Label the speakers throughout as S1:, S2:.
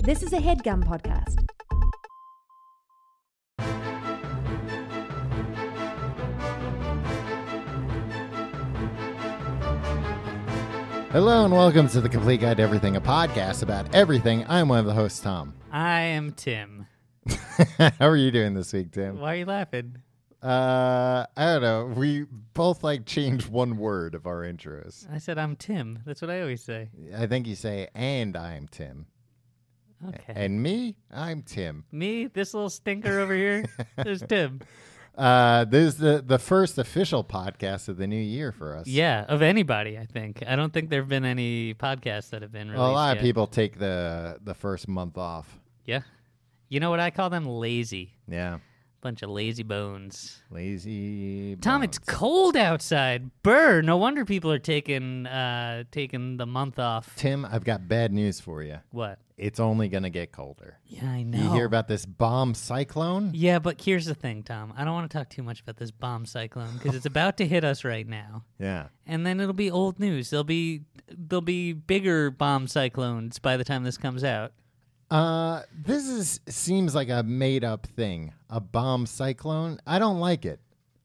S1: This is a headgum podcast.
S2: Hello and welcome to the Complete Guide to Everything, a podcast about everything. I'm one of the hosts, Tom.
S3: I am Tim.
S2: How are you doing this week, Tim?
S3: Why are you laughing?
S2: Uh, I don't know. We both like changed one word of our intros.
S3: I said I'm Tim. That's what I always say.
S2: I think you say, "And I'm Tim,"
S3: Okay.
S2: and me, I'm Tim.
S3: Me, this little stinker over here, there's Tim.
S2: Uh, this is the the first official podcast of the new year for us.
S3: Yeah, of anybody, I think. I don't think there have been any podcasts that have been
S2: a
S3: released.
S2: lot of
S3: yet.
S2: people take the the first month off.
S3: Yeah. You know what I call them? Lazy.
S2: Yeah,
S3: Bunch of lazy bones.
S2: lazy.
S3: Tom,
S2: bones.
S3: it's cold outside. Burr. No wonder people are taking uh taking the month off.
S2: Tim. I've got bad news for you.
S3: What?
S2: It's only gonna get colder.
S3: Yeah, I know.
S2: You hear about this bomb cyclone?
S3: Yeah, but here's the thing, Tom. I don't want to talk too much about this bomb cyclone because it's about to hit us right now.
S2: Yeah.
S3: and then it'll be old news. There'll be there'll be bigger bomb cyclones by the time this comes out.
S2: Uh, this is seems like a made up thing. A bomb cyclone. I don't like it.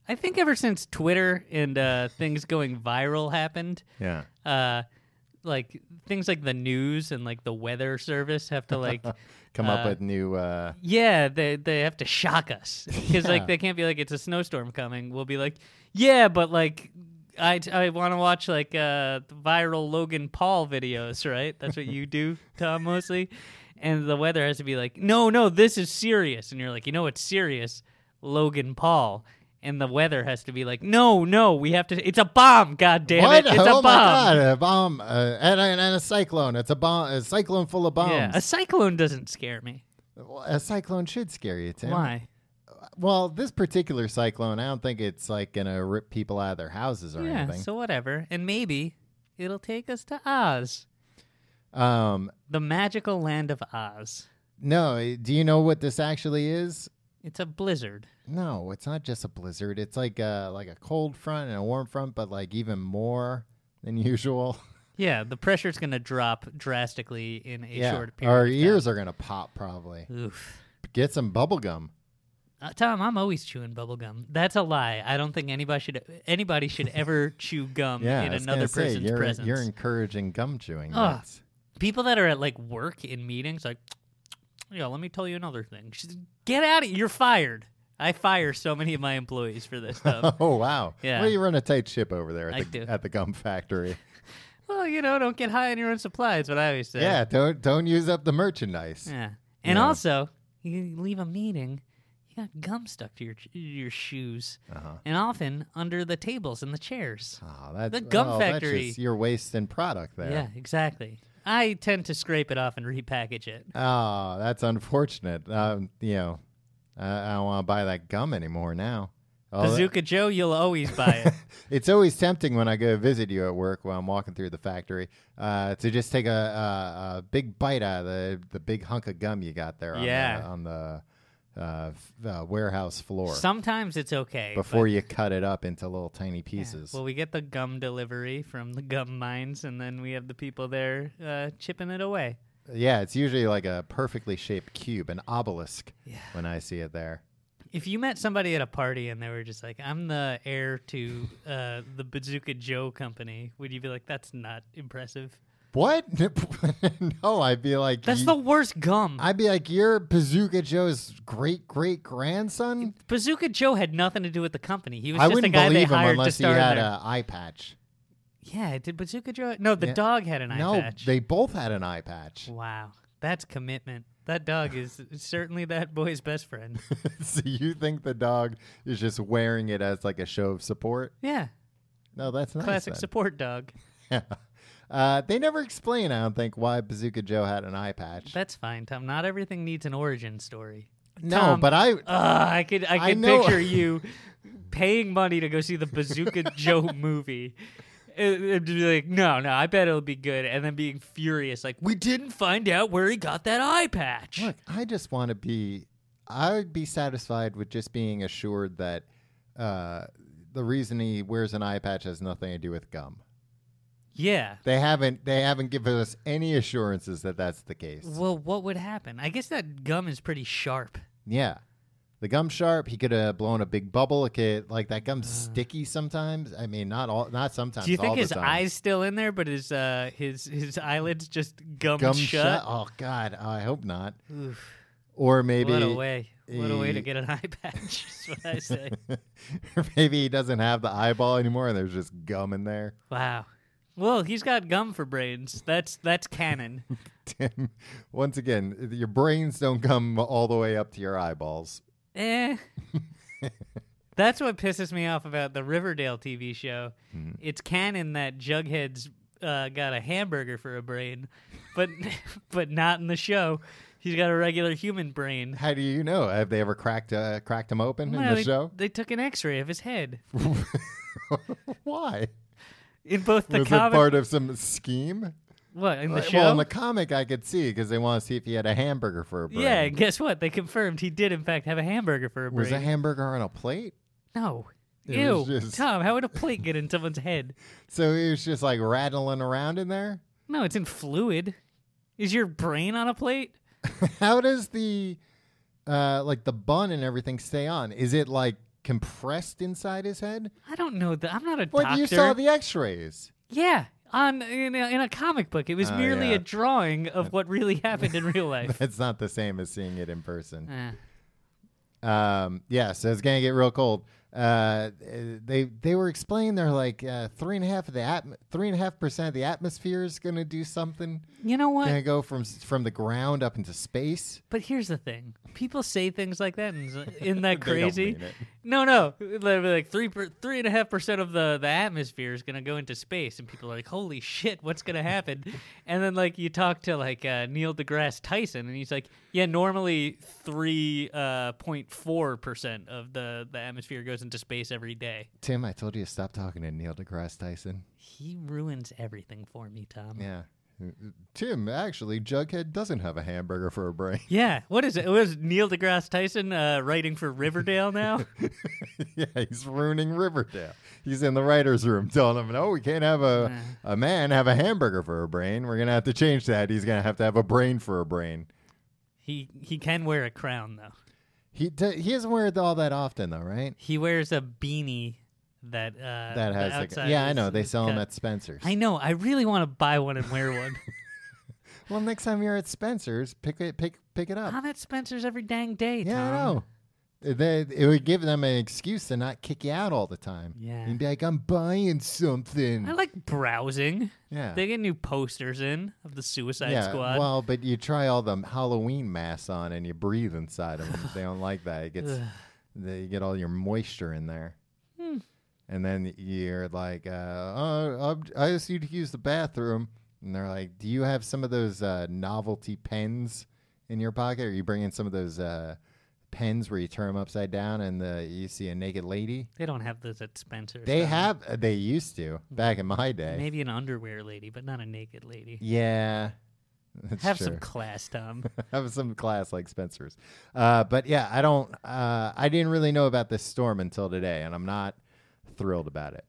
S3: I think ever since Twitter and uh, things going viral happened,
S2: Yeah.
S3: uh, like things like the news and like the weather service have to like.
S2: Come up with new. Uh,
S3: Yeah, they they have to shock us because
S2: Yeah.
S3: like they can't be like it's a snowstorm coming. We'll be like, yeah, but like I I want to watch like uh the viral Logan Paul videos, right? That's what you do, Tom, mostly. And the weather has to be like, no, no, this is serious. And you're like, you know what's serious? Logan Paul. And the weather has to be like, no, no, we have to. It's a bomb, god damn
S2: what?
S3: it! It's
S2: oh
S3: a bomb.
S2: my god! A bomb uh, and, and a cyclone. It's a bomb. A cyclone full of bombs.
S3: Yeah, a cyclone doesn't scare me.
S2: Well, a cyclone should scare you, Tim.
S3: Why?
S2: Well, this particular cyclone, I don't think it's like gonna rip people out of their houses or
S3: Yeah,
S2: anything.
S3: so whatever. And maybe it'll take us to Oz.
S2: um,
S3: The magical land of Oz.
S2: no. Do you know what this actually is?
S3: It's a blizzard.
S2: No, it's not just a blizzard. It's like a like a cold front and a warm front, but like even more than usual.
S3: Yeah, the pressure's going to drop drastically in a short period.
S2: our
S3: of time.
S2: ears are gonna pop probably.
S3: Oof.
S2: Get some bubble gum.
S3: Uh, Tom, I'm always chewing bubble gum. That's a lie. I don't think anybody should anybody should ever chew gum
S2: Yeah,
S3: in
S2: I was
S3: Mm,
S2: gonna
S3: another
S2: say,
S3: person's Ah.
S2: you're,
S3: presence.
S2: You're encouraging gum chewing.
S3: Ugh.
S2: That's-
S3: People that are at like work in meetings, like, yeah, let me tell you another thing. She's- Get out of You're fired. I fire so many of my employees for this stuff.
S2: Oh wow!
S3: Um, Yeah.
S2: Well, you run a tight ship over there at,
S3: I
S2: the,
S3: do.
S2: at the gum factory.
S3: well, you know, don't get high on your own supply. Is what I always say.
S2: yeah, don't don't use up the merchandise.
S3: Yeah. And
S2: Yeah.
S3: also, you leave a meeting, you got gum stuck to your your shoes,
S2: Uh-huh.
S3: and often under the tables and the chairs.
S2: Oh, that's,
S3: The gum
S2: oh, that's
S3: factory.
S2: just- you're wasting product there.
S3: Yeah, exactly. I tend to scrape it off and repackage it.
S2: Oh, that's unfortunate. Um, you know, I, I don't want to buy that gum anymore now. Oh, that-
S3: Bazooka Joe, you'll always buy it.
S2: It's always tempting when I go visit you at work while I'm walking through the factory uh, to just take a, a, a big bite out of the, the big hunk of gum you got there on
S3: Yeah.
S2: the, on the uh, f- uh, warehouse floor
S3: Sometimes it's okay.
S2: before
S3: but-
S2: you cut it up into little tiny
S3: Yeah.
S2: pieces.
S3: Well, we get the gum delivery from the gum mines, and then we have the people there uh, chipping it away.
S2: yeah, it's usually like a perfectly shaped cube, an obelisk,
S3: Yeah.
S2: when I see it there.
S3: If you met somebody at a party and they were just like, "I'm the heir to uh, the Bazooka Joe company," would you be like, "That's not impressive"?
S2: What? no, I'd be like,
S3: That's
S2: "You-
S3: the worst gum.
S2: I'd be like, you're Bazooka Joe's great great grandson.
S3: Bazooka Joe had nothing to do with the company. He was
S2: I
S3: just a
S2: wouldn't
S3: guy they
S2: believe him
S3: hired to
S2: unless he
S3: start
S2: had
S3: their-
S2: an eye patch.
S3: Yeah, did Bazooka Joe? No, the
S2: Yeah.
S3: dog had an eye
S2: no,
S3: patch.
S2: they both had an eye patch.
S3: Wow, that's commitment. That dog is certainly that boy's best friend.
S2: so you think the dog is just wearing it as like a show of support?
S3: Yeah,
S2: No, that's nice.
S3: classic
S2: then.
S3: support dog.
S2: Uh, they never explain, I don't think, why Bazooka Joe had an eye patch.
S3: That's fine, Tom. Not everything needs an origin story.
S2: no,
S3: Tom,
S2: but I
S3: Ugh, I could I
S2: I
S3: could
S2: know.
S3: picture you paying money to go see the Bazooka Joe movie. It- It'd be like, no, no, I bet it'll be good. And then being furious, like, we didn't find out where he got that eye patch.
S2: look. I just want to be. I would be satisfied with just being assured that uh, the reason he wears an eye patch has nothing to do with gum.
S3: Yeah.
S2: They haven't they haven't given us any assurances that that's the case.
S3: Well, what would happen? I guess that gum is pretty sharp.
S2: Yeah. The gum sharp, he could have blown a big bubble. It could, like that gum's sticky sometimes. I mean, not all, not sometimes.
S3: Uh. Do you
S2: all
S3: think
S2: the
S3: his
S2: time.
S3: eyes still in there, but his uh, his his eyelids just gummed
S2: gum
S3: shut?
S2: Oh God, I hope not.
S3: Oof.
S2: Or maybe
S3: what a way! What a way to
S2: he-
S3: get an eye patch. is what I say.
S2: or maybe he doesn't have the eyeball anymore, and there's just gum in there.
S3: wow. Well, he's got gum for brains. That's that's canon.
S2: Tim, once again, your brains don't come all the way up to your eyeballs.
S3: eh. That's what pisses me off about the Riverdale TV show.
S2: Mm.
S3: It's canon that Jughead's uh, got a hamburger for a brain, but but not in the show. He's got a regular human brain.
S2: How do you know? Have they ever cracked uh, cracked them open
S3: Well,
S2: in the
S3: they,
S2: show?
S3: they took an X-ray of his head
S2: Why?
S3: in both the
S2: Was
S3: comic.
S2: it part of some scheme?
S3: what in the
S2: Like,
S3: show?
S2: Well, in the comic, I could see because they want to see if he had a hamburger for a brain.
S3: yeah, and guess what? They confirmed he did in fact have a hamburger for a brain.
S2: was a hamburger on a plate?
S3: no.
S2: It
S3: Ew,
S2: was just-
S3: Tom! How would a plate get in someone's head?
S2: So he was just like rattling around in there.
S3: No, it's in fluid. Is your brain on a plate?
S2: How does the uh, like the bun and everything stay on? Is it like compressed inside his head?
S3: I don't know that. I'm not a
S2: Well,
S3: doctor.
S2: you saw the X-rays.
S3: yeah, on in a, in a comic book, it was
S2: Oh,
S3: merely
S2: yeah.
S3: a drawing of what really happened in real life.
S2: That's not the same as seeing it in person.
S3: Eh.
S2: Um, yeah, so it's gonna get real cold. Uh, they they were explaining they're like uh, three and a half of the atm- three and a half percent of the atmosphere is gonna do something.
S3: you know what?
S2: Gonna go from s- from the ground up into space.
S3: But here's the thing: people say things like that, and it's- isn't
S2: They
S3: that
S2: don't
S3: crazy?
S2: mean it.
S3: No, no, They'll be like three per, three and a half percent of the the atmosphere is gonna go into space, and people are like, "Holy shit, what's gonna happen?" and then like you talk to like uh, Neil deGrasse Tyson, and he's like, "Yeah, normally three uh, point four percent of the the atmosphere goes into space every day."
S2: Tim, I told you to stop talking to Neil deGrasse Tyson.
S3: He ruins everything for me, Tom. Yeah.
S2: Yeah. Tim, actually, Jughead doesn't have a hamburger for a brain.
S3: what is it? Was Neil deGrasse Tyson uh, writing for Riverdale now?
S2: yeah, he's ruining Riverdale. He's in the writer's room telling him, no, we can't have a, a man have a hamburger for a brain. We're going to have to change that. He's going to have to have a brain for a brain.
S3: he he can wear a crown though.
S2: He, d he doesn't wear it all that often, though, right?
S3: He wears a beanie that uh,
S2: That
S3: the
S2: has, like,
S3: outside
S2: yeah, I
S3: is-
S2: know. They
S3: is
S2: sell them
S3: cut.
S2: at Spencer's.
S3: I know. I really want to buy one and wear one.
S2: Well, next time you're at Spencer's, pick it, pick, pick it up.
S3: I'm at Spencer's every dang day.
S2: yeah, I
S3: Tom.
S2: know. They, it would give them an excuse to not kick you out all the time.
S3: Yeah.
S2: You'd be like, I'm buying something.
S3: I like browsing.
S2: yeah.
S3: They get new posters in of the Suicide Squad.
S2: Well, but you try all the Halloween masks on and you breathe inside them. they don't like that. It gets the, you get all your moisture in there.
S3: Hmm.
S2: And then you're like, uh, oh, I'm- I just need to use the bathroom. And they're like, Do you have some of those uh, novelty pens in your pocket? Or you bring in some of those uh, pens where you turn them upside down and the, you see a naked lady?
S3: they don't have those at Spencer's.
S2: They
S3: Tom.
S2: have, uh, they used to back in my day.
S3: maybe an underwear lady, but not a naked lady.
S2: Yeah. That's
S3: Have
S2: true.
S3: some class, Tom.
S2: have some class like Spencer's. Uh, but yeah, I don't. Uh, I didn't really know about this storm until today, and I'm not thrilled about it.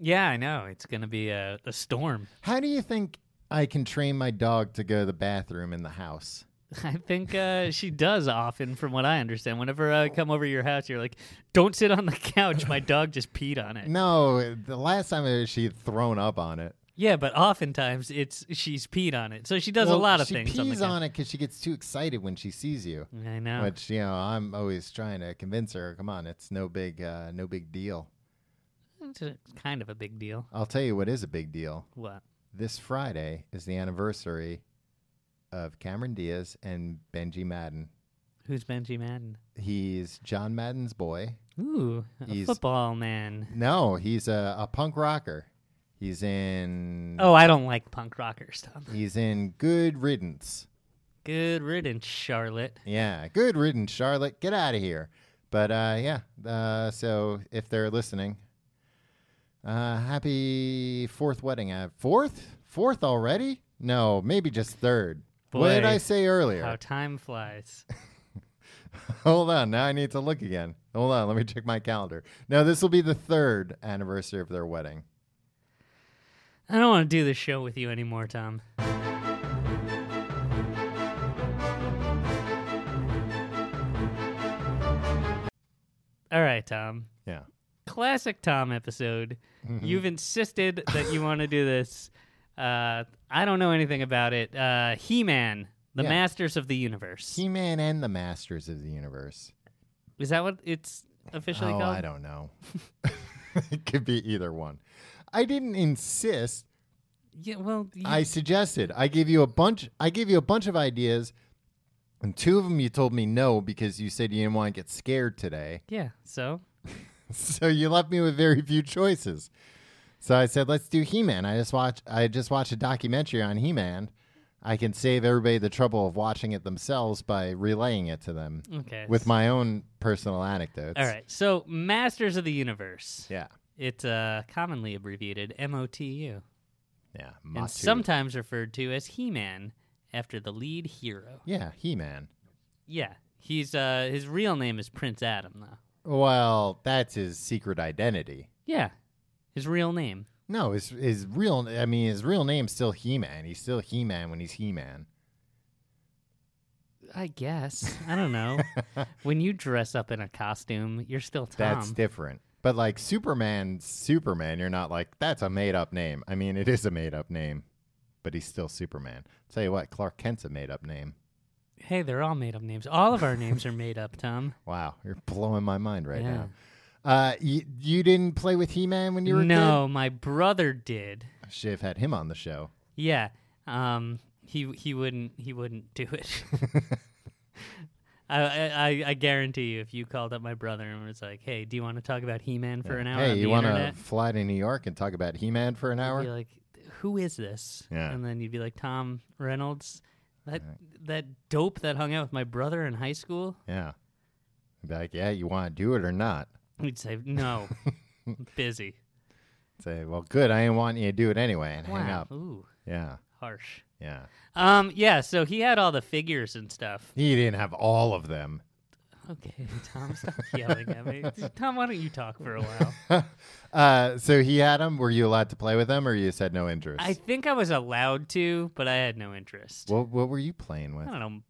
S3: yeah, I know. It's gonna be a, a storm.
S2: How do you think I can train my dog to go to the bathroom in the house?
S3: I think uh, she does often, from what I understand. Whenever I come over to your house, you're like, "Don't sit on the couch. My dog just peed on it."
S2: No, the last time it was, she had thrown up on it.
S3: Yeah, but oftentimes it's she's peed on it, so she does
S2: Well,
S3: a lot of
S2: she
S3: things.
S2: She
S3: on,
S2: pees
S3: the couch.
S2: on it because she gets too excited when she sees you.
S3: I know.
S2: Which you know, I'm always trying to convince her. Come on, it's no big, uh, no big deal.
S3: It's a, kind of a big deal.
S2: I'll tell you what is a big deal.
S3: What?
S2: this Friday is the anniversary of Cameron Diaz and Benji Madden.
S3: Who's Benji Madden?
S2: He's John Madden's boy.
S3: Ooh, a
S2: He's-
S3: football man.
S2: No, he's a, a punk rocker. He's in
S3: Oh, I don't like punk rocker stuff.
S2: he's in Good Riddance.
S3: Good riddance, Charlotte.
S2: Yeah, Good Riddance, Charlotte. Get out of here. But uh, yeah, uh, so if they're listening, uh, happy fourth wedding. Uh, fourth, fourth already? No, maybe just third. what did
S3: Boy,
S2: I say earlier?
S3: How time flies.
S2: Hold on. Now I need to look again. Hold on. Let me check my calendar. No, this will be the third anniversary of their wedding.
S3: I don't want to do this show with you anymore, Tom. All right, Tom.
S2: Yeah.
S3: Classic Tom episode.
S2: Mm-hmm.
S3: You've insisted that you want to do this. Uh, I don't know anything about it. Uh, he Man, the
S2: Yeah.
S3: Masters of the Universe.
S2: He Man and the Masters of the Universe.
S3: Is that what it's officially
S2: oh,
S3: called?
S2: I don't know. it could be either one. I didn't insist.
S3: Yeah, well, you,
S2: I suggested. I gave you a bunch. I gave you a bunch of ideas, and two of them you told me no because you said you didn't want to get scared today.
S3: yeah. So
S2: So you left me with very few choices. So I said, "Let's do He-Man." I just watch. I just watched a documentary on He-Man. I can save everybody the trouble of watching it themselves by relaying it to them
S3: okay.
S2: with my own personal anecdotes.
S3: Mm, All right. So Masters of the Universe.
S2: Yeah.
S3: It's uh, commonly abbreviated MOTU
S2: Yeah.
S3: and
S2: Matu.
S3: sometimes referred to as He-Man after the lead hero.
S2: yeah, He-Man.
S3: Yeah. He's uh his real name is Prince Adam though.
S2: Well, that's his secret identity.
S3: Yeah. His real name.
S2: No, his his real. I mean, his real name's still He Man. He's still He Man when he's He Man.
S3: I guess. I don't know. when you dress up in a costume, you're still Tom.
S2: That's different. But like Superman, Superman, you're not like that's a made up name. I mean, it is a made up name, but he's still Superman. Tell you what, Clark Kent's a made up name.
S3: hey, they're all made up names. All of our names are made up, Tom.
S2: Wow, you're blowing my mind right
S3: Yeah.
S2: now. Uh, you, you didn't play with He Man when you were a
S3: no, my brother did.
S2: kid? Should have had him on the show.
S3: Yeah. Um. He he wouldn't he wouldn't do it. I, I I- I guarantee you, if you called up my brother and was like, "Hey, do you want to talk about He-Man for an hour
S2: Hey,
S3: on
S2: you
S3: the
S2: wanna
S3: internet?"
S2: fly to New York and talk about He Man for an
S3: I'd
S2: hour?
S3: be like, "Who is this?"
S2: Yeah.
S3: And then you'd be like, "Tom Reynolds, that that dope that hung out with my brother in high school."
S2: yeah. Be like, yeah, you want to do it or not?
S3: He'd say, "No, I'm busy."
S2: Say, well, good. I didn't want you to do it anyway, and hang
S3: Wow.
S2: up.
S3: Ooh,
S2: Yeah,
S3: harsh.
S2: yeah.
S3: Um. Yeah. So he had all the figures and stuff.
S2: He didn't have all of them.
S3: Okay, Tom, stop yelling at me. Tom, why don't you talk for a while?
S2: Uh, so he had them. Were you allowed to play with them, or you said no interest?
S3: I think I was allowed to, but I had no interest.
S2: What What were you playing with?
S3: I don't know,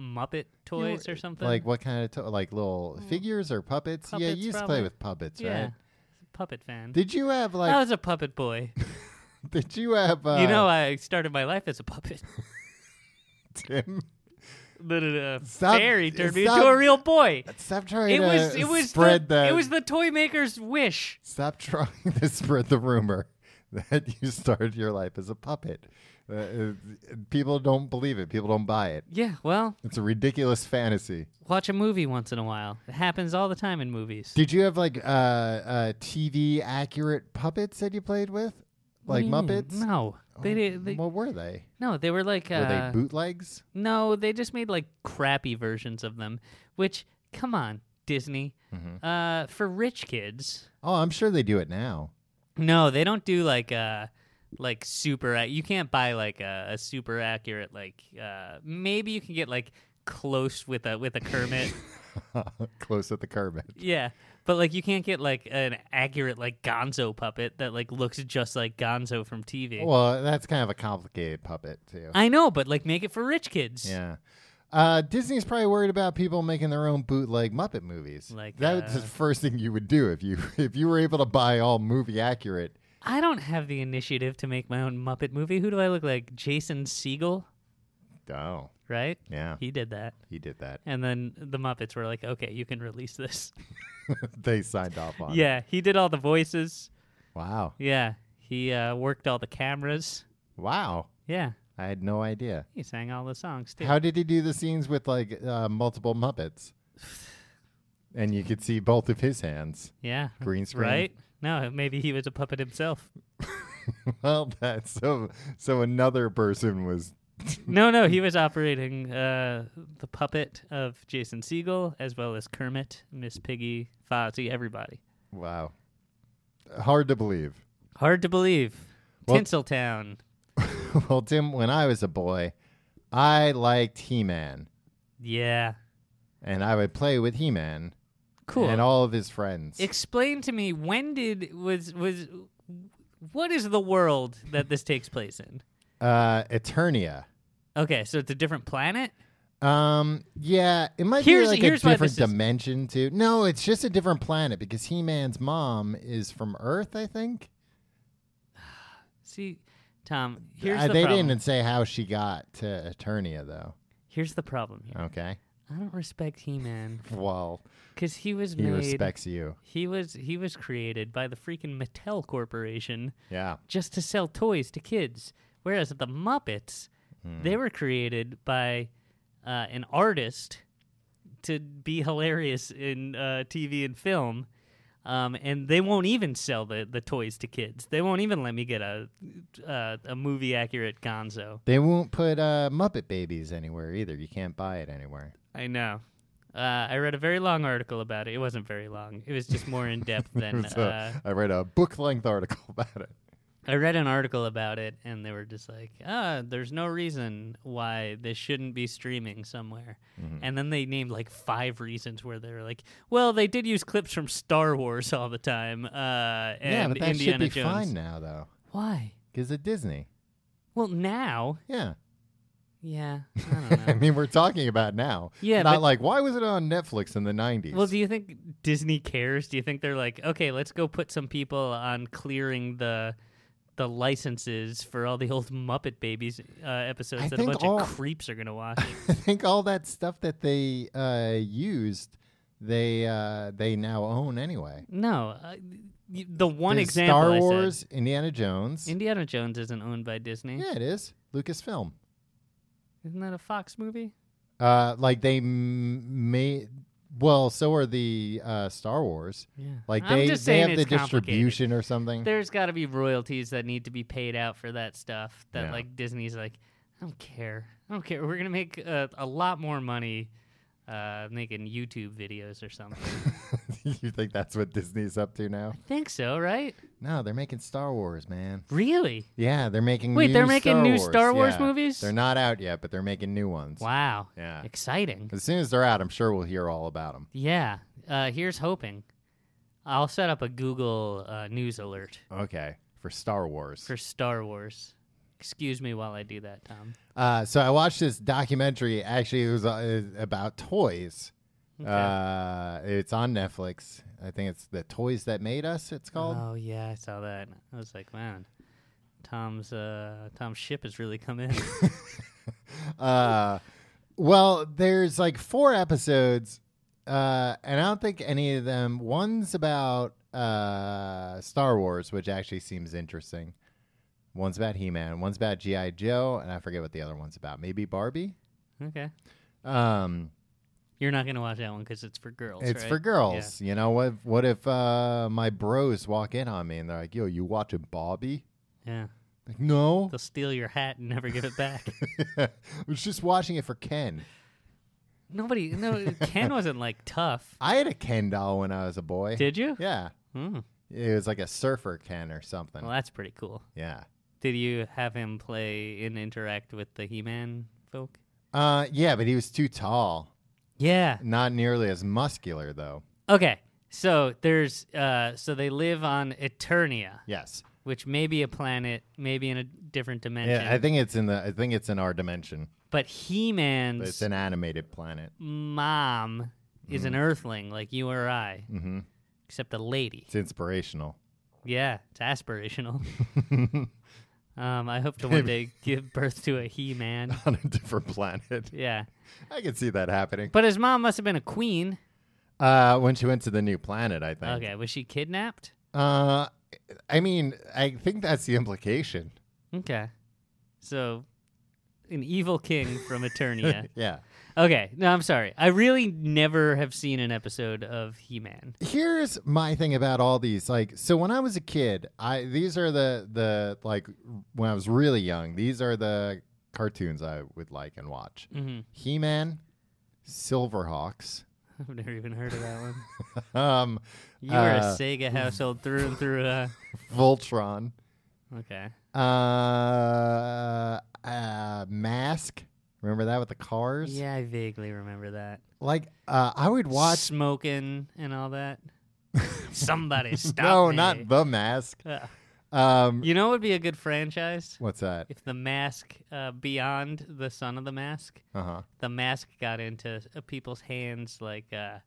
S3: Muppet toys or something.
S2: Like what kind of to- like little figures or puppets? yeah,
S3: Puppets,
S2: you used to play
S3: probably.
S2: with puppets,
S3: yeah,
S2: right?
S3: puppet fan.
S2: Did you have like?
S3: I was a puppet boy.
S2: Did you have? Uh,
S3: Oh. you know, I started my life as a puppet.
S2: Tim,
S3: But a
S2: Stop-
S3: fairy turned me
S2: stop.
S3: into a real boy.
S2: stop trying
S3: It
S2: to
S3: was it was
S2: spread
S3: the,
S2: the.
S3: it was the toy maker's wish.
S2: Stop trying to spread the rumor that you started your life as a puppet. Uh, uh, people don't believe it. People don't buy it.
S3: Yeah, well,
S2: It's a ridiculous fantasy.
S3: watch a movie once in a while. It happens all the time in movies.
S2: Did you have like uh, uh, TV accurate puppets that you played with,
S3: What
S2: like
S3: do you mean?
S2: Muppets? Oh,
S3: No, they, did. they
S2: what were they?
S3: no, they were like
S2: Were
S3: uh,
S2: they bootlegs?
S3: No, they just made like crappy versions of them. Which, come on, Disney,
S2: Mm-hmm.
S3: uh, for rich kids.
S2: Oh, I'm sure they do it now.
S3: No, they don't do like uh like super. ac- You can't buy like a, a super accurate like. Uh, maybe you can get like close with a with a Kermit.
S2: Close at the Kermit.
S3: yeah, but like you can't get like an accurate like Gonzo puppet that like looks just like Gonzo from TV.
S2: Well, uh, that's kind of a complicated puppet too.
S3: I know, but like make it for rich kids.
S2: yeah. Uh, Disney's probably worried about people making their own bootleg Muppet movies.
S3: Like,
S2: that's
S3: uh,
S2: the first thing you would do if you if you were able to buy all movie accurate.
S3: I don't have the initiative to make my own Muppet movie. Who do I look like? Jason Siegel,
S2: Oh,
S3: right?
S2: yeah, he,
S3: He did that.
S2: did that.
S3: And then the Muppets were like, okay, you can release this.
S2: they signed off on. it.
S3: yeah, he did all the voices.
S2: Wow.
S3: Yeah, he uh, worked all the cameras.
S2: Wow.
S3: Yeah,
S2: I had no idea.
S3: he sang all the songs too.
S2: How did he do the scenes with like uh, multiple Muppets? and you could see both of his hands.
S3: yeah.
S2: Green screen.
S3: Right? No, maybe he was a puppet himself.
S2: well, that's so. So another person was.
S3: no, no, he was operating uh, the puppet of Jason Siegel as well as Kermit, Miss Piggy, Fozzie, everybody.
S2: Wow. Hard to believe.
S3: Hard to believe.
S2: Well-
S3: Tinseltown.
S2: well, Tim, when I was a boy, I liked He Man,
S3: Yeah.
S2: and I would play with He Man
S3: Cool.
S2: and all of his friends.
S3: explain to me when did was was what is the world that this takes place in?
S2: Uh, Eternia.
S3: Okay, so it's a different planet.
S2: Um, yeah, it might
S3: Here's-
S2: be like
S3: here's
S2: a
S3: why
S2: different
S3: this is-
S2: dimension too. No, it's just a different planet because He Man's mom is from Earth, I think.
S3: See, Tom, here's
S2: Uh,
S3: the
S2: they
S3: problem.
S2: didn't say how she got to Eternia though.
S3: Here's the problem here.
S2: Okay.
S3: I don't respect He-Man
S2: Well,
S3: because he was
S2: Uh. he
S3: made.
S2: respects you.
S3: He was he was created by the freaking Mattel Corporation
S2: Yeah.
S3: just to sell toys to kids, whereas the Muppets they were created by uh, an artist to be hilarious in uh, TV and film. Um, and they won't even sell the, the toys to kids. They won't even let me get a uh, a movie accurate Gonzo.
S2: They won't put uh, Muppet Babies anywhere either. You can't buy it anywhere.
S3: I know. Uh, I read a very long article about it. It wasn't very long. It was just more in depth than
S2: So,
S3: uh,
S2: I read a book length article about it.
S3: I read an article about it, and they were just like, "Ah, there's no reason why this shouldn't be streaming somewhere."
S2: Mm-hmm.
S3: And then they named like five reasons where they were like, "Well, they did use clips from Star Wars all the time." Uh, and
S2: yeah, but that
S3: Indiana
S2: should be
S3: Jones.
S2: fine now though,
S3: Why?
S2: because of Disney.
S3: Well, now,
S2: Yeah.
S3: yeah, I don't
S2: I
S3: know.
S2: mean, we're talking about now.
S3: Yeah,
S2: Not
S3: but-
S2: like why was it on Netflix in the nineties?
S3: well, do you think Disney cares? Do you think they're like, "Okay, let's go put some people on clearing the." The licenses for all the old Muppet Babies uh, episodes
S2: I
S3: that a
S2: think
S3: bunch
S2: all-
S3: of creeps are gonna watch.
S2: I think all that stuff that they uh, used, they uh, they now own anyway.
S3: No, uh, y- the one
S2: There's
S3: example. I
S2: Star
S3: said.
S2: Wars, Indiana Jones.
S3: Indiana Jones isn't owned by Disney.
S2: yeah, it is Lucasfilm.
S3: Isn't that a Fox movie?
S2: Uh, like they m- made. Well, so are the uh, Star Wars.
S3: Yeah.
S2: Like
S3: I'm
S2: they
S3: just
S2: they
S3: saying
S2: have the
S3: it's complicated.
S2: distribution or something.
S3: There's got to be royalties that need to be paid out for that stuff. That
S2: Yeah.
S3: like Disney's like, I don't care. I don't care. We're gonna make uh, a lot more money uh, making YouTube videos or something.
S2: you think that's what Disney's up to now?
S3: Think so, right?
S2: No, they're making Star Wars, man.
S3: Really?
S2: Yeah, they're making.
S3: Wait,
S2: new
S3: they're making
S2: Star
S3: new
S2: Wars.
S3: Star Wars
S2: Yeah.
S3: movies?
S2: They're not out yet, but they're making new ones.
S3: Wow.
S2: Yeah.
S3: Exciting.
S2: As soon as they're out, I'm sure we'll hear all about them.
S3: Yeah. Uh, here's hoping. I'll set up a Google uh, News alert.
S2: Okay, for Star Wars.
S3: for Star Wars. Excuse me while I do that, Tom.
S2: Uh, so I watched this documentary. Actually, it was uh, about toys. Uh, it's on Netflix. I think it's the Toys That Made Us. It's called.
S3: Oh yeah, I saw that. I was like, man, Tom's uh, Tom's ship has really come in.
S2: Uh, well, there's like four episodes, uh, and I don't think any of them. One's about uh, Star Wars, which actually seems interesting. One's about He Man. One's about GI Joe, and I forget what the other one's about. Maybe Barbie.
S3: okay,
S2: Um,
S3: you're not gonna watch that one because it's for girls.
S2: it's
S3: right?
S2: for girls. You know what? if- What if uh, my bros walk in on me and they're like, "Yo, you watching Bobby?"
S3: Yeah. yeah,
S2: Like, no,
S3: they'll steal your hat and never give it back.
S2: I was just watching it for Ken.
S3: Nobody, no, Ken wasn't like tough.
S2: I had a Ken doll when I was a boy.
S3: Did you?
S2: Yeah.
S3: Hmm.
S2: It was like a surfer Ken or something.
S3: Well, that's pretty cool.
S2: yeah.
S3: Did you have him play and interact with the He-Man folk?
S2: Uh, yeah, but he was too tall.
S3: Yeah.
S2: Not nearly as muscular, though.
S3: Okay. So there's uh, so they live on Eternia.
S2: Yes.
S3: which may be a planet, maybe in a different dimension.
S2: Yeah, I think it's in the. I think it's in our dimension.
S3: but
S2: But it's
S3: He-Man's
S2: an animated planet.
S3: mom is an Earthling, like you or I,
S2: Mm-hmm.
S3: except a lady.
S2: It's inspirational.
S3: Yeah, it's aspirational. um, I hope to one day give birth to a He-Man.
S2: On a different planet.
S3: Yeah,
S2: I can see that happening.
S3: but his mom must have been a queen.
S2: Uh, when she went to the new planet, I think.
S3: Okay, was she kidnapped?
S2: Uh, I mean, I think that's the implication.
S3: Okay, so an evil king from Eternia.
S2: Yeah.
S3: okay, no, I'm sorry. I really never have seen an episode of He-Man.
S2: here's my thing about all these like so when i was a kid i these are the the like when i was really young these are the cartoons i would like and watch
S3: hmm
S2: he-man silverhawks
S3: I've never even heard of that one.
S2: um
S3: You were
S2: Uh,
S3: a Sega household through and through. Uh,
S2: voltron
S3: okay.
S2: uh, uh mask remember that with the cars
S3: Yeah, I vaguely remember that.
S2: like uh i would watch
S3: smoking and all that. Somebody stop
S2: no
S3: me.
S2: not the mask
S3: Uh,
S2: Um,
S3: You know what would be a good franchise?
S2: what's that?
S3: If the mask uh, beyond the son of the mask,
S2: Uh huh.
S3: the mask got into uh, people's hands like uh,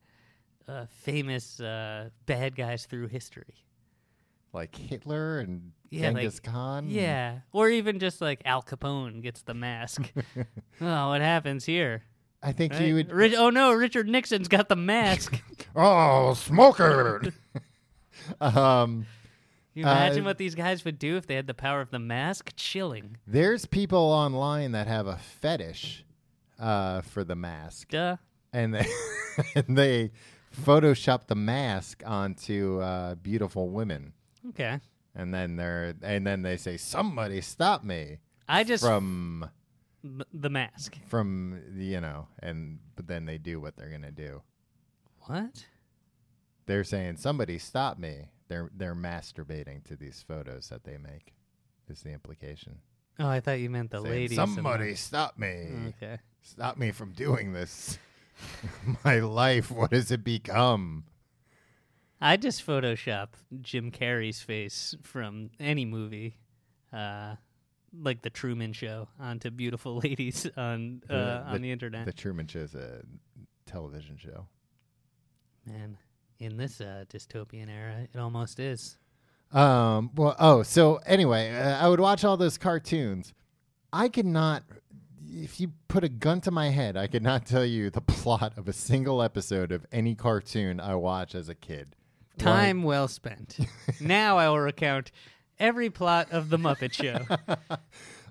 S3: uh, famous uh, bad guys through history.
S2: Like Hitler and
S3: Yeah, like-
S2: Genghis Khan. and-
S3: Yeah, or even just like Al Capone gets the mask. oh, what happens here?
S2: I think
S3: right?
S2: you would.
S3: Rich- oh no, Richard Nixon's got the mask.
S2: Oh, smoker. um,
S3: Can you imagine
S2: Uh,
S3: what these guys would do if they had the power of the mask? Chilling.
S2: there's people online that have a fetish uh, for the mask.
S3: Duh.
S2: and they and they Photoshop the mask onto uh, beautiful women,
S3: Okay.
S2: and then they're and then they say, "Somebody stop me
S3: I just
S2: from
S3: m- the mask.
S2: from you know," and but then they do what they're gonna do.
S3: What?
S2: They're saying, "Somebody stop me." They're they're masturbating to these photos that they make. Is the implication?
S3: Oh, I thought you meant the
S2: Saying,
S3: ladies. and Mm-hmm. the-
S2: Somebody stop me!
S3: Okay.
S2: Stop me from doing this. My life, what has it become?
S3: I just Photoshop Jim Carrey's face from any movie, uh, like The Truman Show, onto beautiful ladies on uh,
S2: The-
S3: on the internet.
S2: The Truman Show is a television show.
S3: Man, in this uh, dystopian era, it almost is.
S2: Um. Well. Oh. So anyway, uh, I would watch all those cartoons. I could not. If you put a gun to my head, I could not tell you the plot of a single episode of any cartoon I watched as a kid.
S3: Time well spent. now I will recount every plot of the Muppet Show.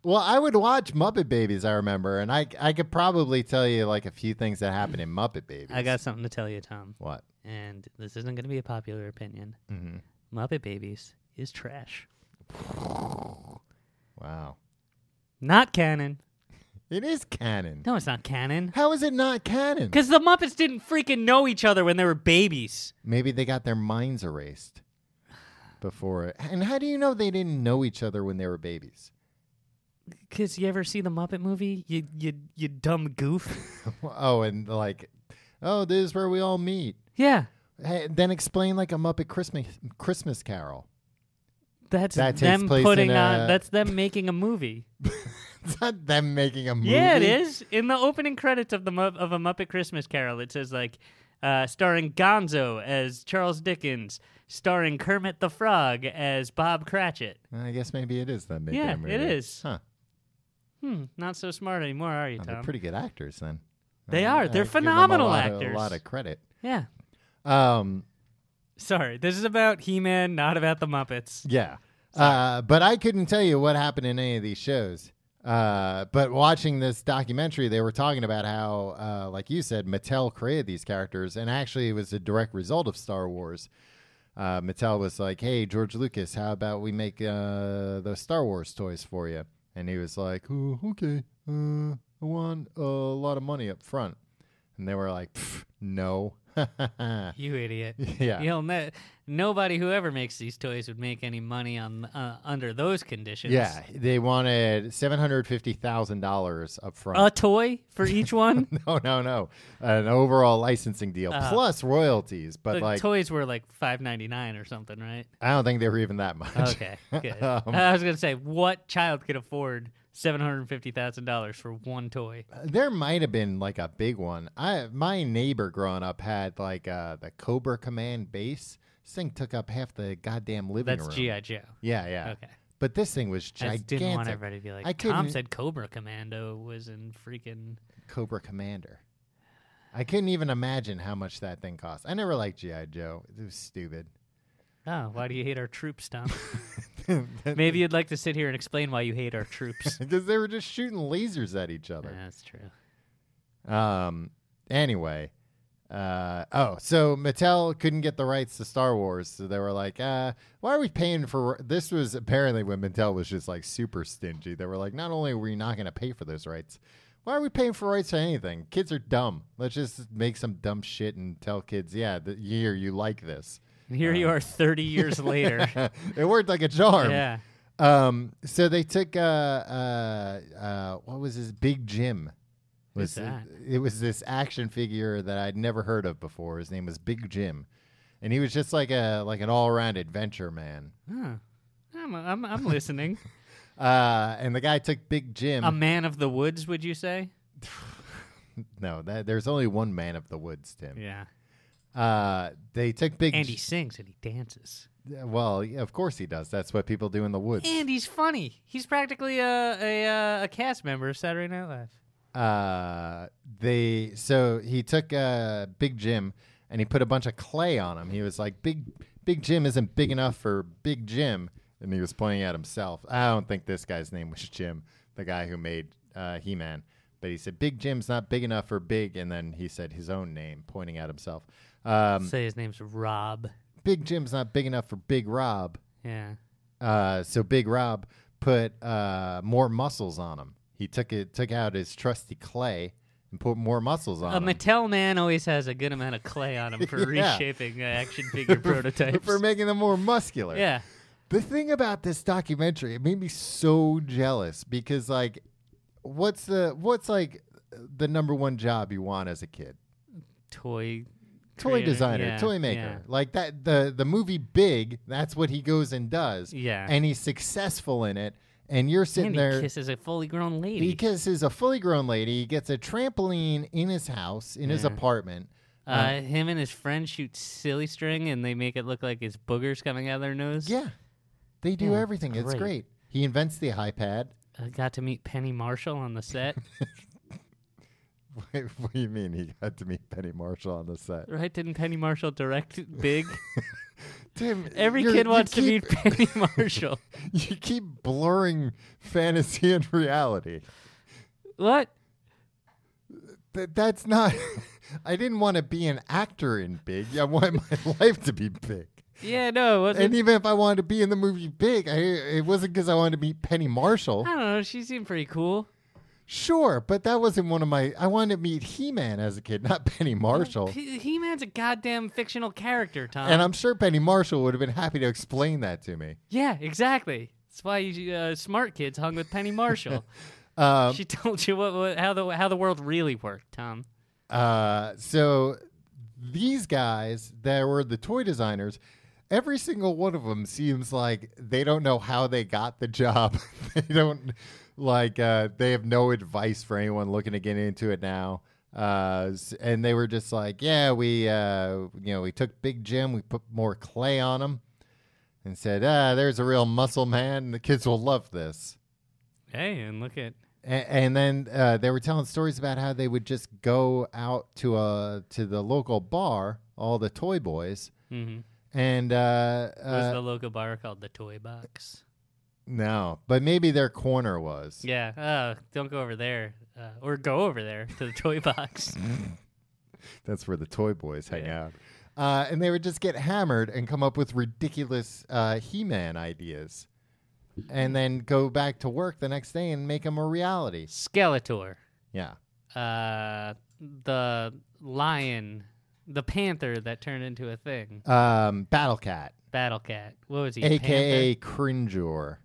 S2: Well, I would watch Muppet Babies. I remember, and I I could probably tell you like a few things that happened in Muppet Babies.
S3: I got something to tell you, Tom,
S2: what?
S3: and this isn't going to be a popular opinion.
S2: hmm
S3: Muppet Babies is trash.
S2: Wow.
S3: Not canon.
S2: It is canon.
S3: No, it's not canon.
S2: How is it not canon?
S3: Because the Muppets didn't freaking know each other when they were babies.
S2: Maybe they got their minds erased before. it- And how do you know they didn't know each other when they were babies?
S3: Because you ever see the Muppet movie? You you you dumb goof.
S2: oh, and like, oh, this is where we all meet.
S3: yeah,
S2: Hey, then explain like a Muppet Christmas Christmas Carol.
S3: that's
S2: That takes
S3: them
S2: place
S3: putting
S2: in
S3: on.
S2: a-
S3: That's them making a movie.
S2: It's not them making a movie.
S3: Yeah, it is. In the opening credits of the Mu- of a Muppet Christmas Carol, it says like uh, starring Gonzo as Charles Dickens, starring Kermit the Frog as Bob Cratchit.
S2: I guess maybe it is them making
S3: Yeah,
S2: a
S3: it
S2: movie.
S3: is.
S2: Huh?
S3: Hmm, not so smart anymore, are you,
S2: Oh, they're
S3: Tom?
S2: pretty good actors then.
S3: They
S2: I-
S3: are.
S2: I
S3: They're
S2: give them a
S3: phenomenal
S2: lot Of,
S3: actors.
S2: a lot of credit.
S3: yeah.
S2: Um,
S3: Sorry, this is about He-Man, not about the Muppets.
S2: Yeah. Uh, but I couldn't tell you what happened in any of these shows. Uh, but watching this documentary, they were talking about how, uh, like you said, Mattel created these characters, and actually it was a direct result of Star Wars. Uh, Mattel was like, "Hey, George Lucas, how about we make uh, those Star Wars toys for you?" And he was like, oh, "Okay, uh, I want a lot of money up front." And they were like, "Pff, "No, yeah,
S3: You idiot. You'll ne- nobody who ever makes these toys would make any money on uh, under those conditions.
S2: Yeah, they wanted seven hundred fifty thousand dollars up
S3: A
S2: front.
S3: toy for each one?
S2: no, no, no, an overall licensing deal
S3: Uh,
S2: plus royalties. But
S3: the
S2: like,
S3: toys were like 5.99 or something, right?
S2: I don't think they were even that much.
S3: Okay, good.
S2: Um,
S3: I was gonna say, what child could afford seven hundred fifty thousand dollars for one toy?
S2: There might have been like a big one. I my neighbor growing up had like uh, the Cobra Command base. This thing took up half the goddamn living
S3: That's
S2: room.
S3: GI Joe.
S2: Yeah, yeah.
S3: Okay,
S2: But this thing was
S3: I just didn't want
S2: gigantic.
S3: everybody to be like.
S2: I
S3: Tom
S2: couldn't-
S3: said Cobra Commando was in freaking.
S2: Cobra Commander. I couldn't even imagine how much that thing cost. I never liked GI Joe. It was stupid.
S3: Oh, why do you hate our troops, Tom? Maybe you'd like to sit here and explain why you hate our troops.
S2: because they were just shooting lasers at each
S3: Yeah,
S2: other.
S3: that's true.
S2: Um. Anyway, uh, oh, so Mattel couldn't get the rights to Star Wars, so they were like, uh, "Why are we paying for?" This was apparently when Mattel was just like super stingy. They were like, "Not only are we not going to pay for those rights, why are we paying for rights to anything? Kids are dumb. Let's just make some dumb shit and tell kids, yeah, the year you like this."
S3: And here
S2: Uh,
S3: you are, thirty years later.
S2: it worked like a charm.
S3: yeah.
S2: Um, so they took uh, uh, uh, what was his Big Jim?
S3: Who's
S2: Was it-
S3: that?
S2: It, was this action figure that I'd never heard of before. His name was Big Jim, and he was just like a like an all around adventure man.
S3: Huh. Oh, I'm, I'm, I'm listening.
S2: Uh, and the guy took Big Jim.
S3: a man of the woods, would you say?
S2: no, that, there's only one man of the woods, Tim.
S3: Yeah.
S2: Uh, they took Big.
S3: And he
S2: J-
S3: sings and he dances.
S2: well, yeah, of course he does. That's what people do in the woods.
S3: And he's funny. He's practically a a, uh, a cast member of Saturday Night Live.
S2: uh, they so he took uh, Big Jim and he put a bunch of clay on him. He was like, "Big Big Jim isn't big enough for Big Jim," and he was pointing at himself. I don't think this guy's name was Jim, the guy who made uh, He Man, but he said, "Big Jim's not big enough for Big," and then he said his own name, pointing at himself. Um,
S3: Say his name's Rob.
S2: big Jim's not big enough for Big Rob,
S3: Yeah.
S2: uh, so Big Rob put uh, more muscles on him. He took it took out his trusty clay and put more muscles on
S3: A
S2: him.
S3: Mattel man always has a good amount of clay on him for
S2: Yeah.
S3: reshaping uh, action figure prototypes.
S2: for making them more muscular.
S3: yeah.
S2: The thing about this documentary, it made me so jealous because like what's the what's like the number one job you want as a kid?
S3: Toy.
S2: Toy
S3: creator.
S2: designer,
S3: Yeah,
S2: toy maker.
S3: yeah.
S2: Like that the the movie Big, that's what he goes and does.
S3: Yeah.
S2: And he's successful in it. And you're sitting
S3: And
S2: there
S3: he kisses a fully grown lady.
S2: He kisses a fully grown lady. He gets a trampoline in his house, in his
S3: Yeah.
S2: apartment.
S3: uh, him and his friend shoot silly string, and they make it look like his boogers coming out of their nose.
S2: Yeah, they do
S3: Yeah,
S2: everything. It's
S3: Hmm, great.
S2: great. He invents the iPad.
S3: I Uh, got to meet Penny Marshall on the set.
S2: Wait, what do you mean he got to meet Penny Marshall on the set?
S3: right? Didn't Penny Marshall direct Big?
S2: Tim,
S3: Every
S2: you're-
S3: kid
S2: you
S3: wants to
S2: keep-
S3: meet Penny Marshall.
S2: You keep blurring fantasy and reality.
S3: what?
S2: Th- that's not. I didn't want to be an actor in Big. I want my life to be big.
S3: Yeah, no, it wasn't.
S2: And even if I wanted to be in the movie Big, I, it wasn't because I wanted to meet Penny Marshall.
S3: I don't know. She seemed pretty cool.
S2: Sure, but that wasn't one of my. I wanted to meet He Man as a kid, not Penny Marshall.
S3: He- He-Man's a goddamn fictional character, Tom.
S2: Oh. And uh, I'm sure Penny Marshall would have been happy to explain that to me.
S3: yeah, exactly. That's why you, uh, smart kids hung with Penny Marshall.
S2: Um,
S3: she told you what, what how the how the world really worked, Tom.
S2: uh, so these guys that were the toy designers, every single one of them seems like they don't know how they got the job. they don't like uh, they have no advice for anyone looking to get into it now. Uh, s- and they were just like, yeah, we uh, you know we took Big Jim, we put more clay on him. and said, "Ah, there's a real muscle man. The kids will love this."
S3: Hey, and look at
S2: A- And, then uh, they were telling stories about how they would just go out to a to the local bar, all the toy boys,
S3: hmm
S2: and uh,
S3: was
S2: uh,
S3: the local bar called the Toy Box?
S2: no, but maybe their corner was.
S3: Yeah. Oh, don't go over there, uh, or go over there to the Toy Box.
S2: That's where the toy boys hang
S3: Yeah.
S2: out. Uh, and they would just get hammered and come up with ridiculous uh, He-Man ideas, and then go back to work the next day and make them a reality.
S3: Skeletor.
S2: Yeah.
S3: uh, the lion, the panther that turned into a thing,
S2: Um, Battle Cat.
S3: Battle Cat. What was he? a
S2: aka Cringer.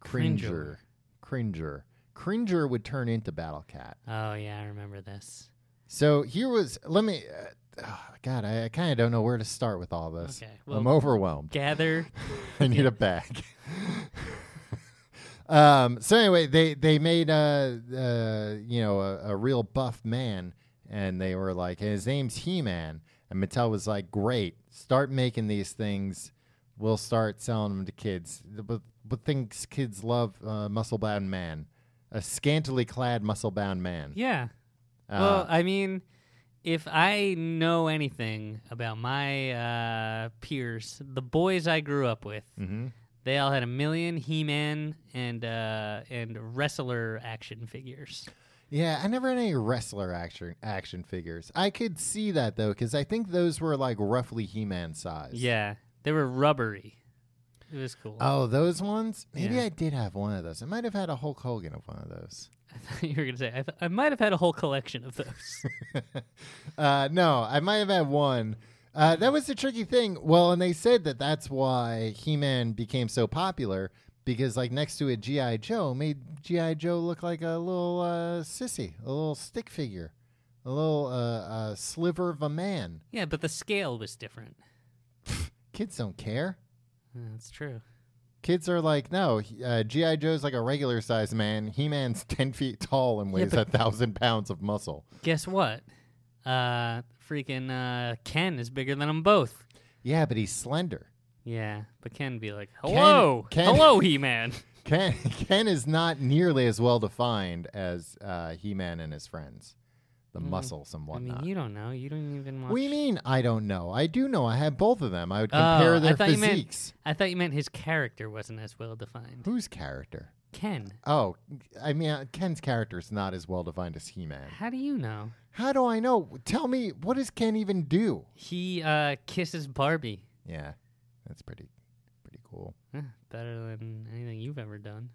S3: Cringer.
S2: Cringer. Cringer. Cringer would turn into Battle Cat.
S3: Panther? Oh yeah, I remember this.
S2: So here was, let me, uh, oh, God, I, I kind of don't know where to start with all this.
S3: Okay,
S2: I'm
S3: well-
S2: overwhelmed.
S3: Gather.
S2: I need a bag. um, so anyway, they, they made, uh, uh, you know, a, a real buff man, and they were like, his name's He-Man. And Mattel was like, great, start making these things. We'll start selling them to kids. But, but things kids love, uh, muscle-bound man. A scantily clad muscle-bound man.
S3: yeah. well,
S2: Uh,
S3: I mean, if I know anything about my uh, peers, the boys I grew up with,
S2: mhm.
S3: they all had a million He-Man and uh, and wrestler action figures.
S2: Yeah, I never had any wrestler action action figures. I could see that though, because I think those were like roughly He-Man size.
S3: Yeah, they were rubbery. It was cool.
S2: Oh, those ones? Maybe
S3: Yeah.
S2: I did have one of those. I might have had a Hulk Hogan of one of those.
S3: I thought you were gonna say I, th- I might have had a whole collection of those.
S2: uh, no, I might have had one. Uh, that was the tricky thing. Well, and they said that that's why He-Man became so popular because, like, next to a GI Joe made GI Joe look like a little uh, sissy, a little stick figure, a little uh, uh, sliver of a man.
S3: yeah, but the scale was different.
S2: Kids don't care.
S3: Yeah, That's true.
S2: Kids are like, no, uh, GI Joe's like a regular sized man. He Man's ten feet tall and weighs a thousand pounds of muscle.
S3: Guess what? Uh, freaking uh, Ken is bigger than them both.
S2: Yeah, but he's slender.
S3: Yeah, but Ken be like, hello,
S2: Ken-
S3: hello, He Man.
S2: Ken Ken is not nearly as well defined as uh, He Man and his friends. The muscles and
S3: Hmm. I
S2: whatnot.
S3: mean, you don't know. You don't even watch.
S2: What do you mean? I don't know. I do know. I have both of them. I would compare
S3: Oh, I
S2: their
S3: thought you meant-
S2: physiques.
S3: I thought you meant his character wasn't as well defined.
S2: Whose character?
S3: Ken,
S2: Oh, I mean, uh, Ken's character is not as well defined as He Man.
S3: how do you know?
S2: How do I know? Tell me, what does Ken even do?
S3: He uh, kisses Barbie.
S2: Yeah, that's pretty, pretty cool.
S3: Huh, better than anything you've ever done.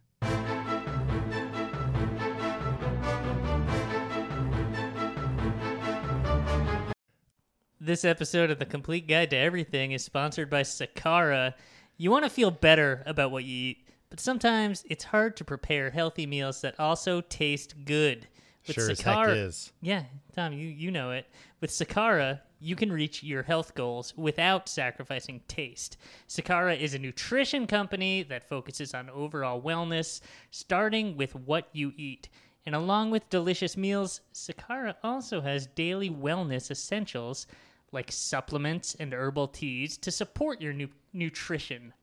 S3: This episode of The Complete Guide to Everything is sponsored by Sakara. You want to feel better about what you eat, but sometimes it's hard to prepare healthy meals that also taste good.
S1: sure as heck
S3: Sakara-
S1: is.
S3: yeah, Tom, you, you know it. With Sakara, you can reach your health goals without sacrificing taste. Sakara is a nutrition company that focuses on overall wellness, starting with what you eat. And along with delicious meals, Sakara also has daily wellness essentials like supplements and herbal teas to support your nu- nutrition.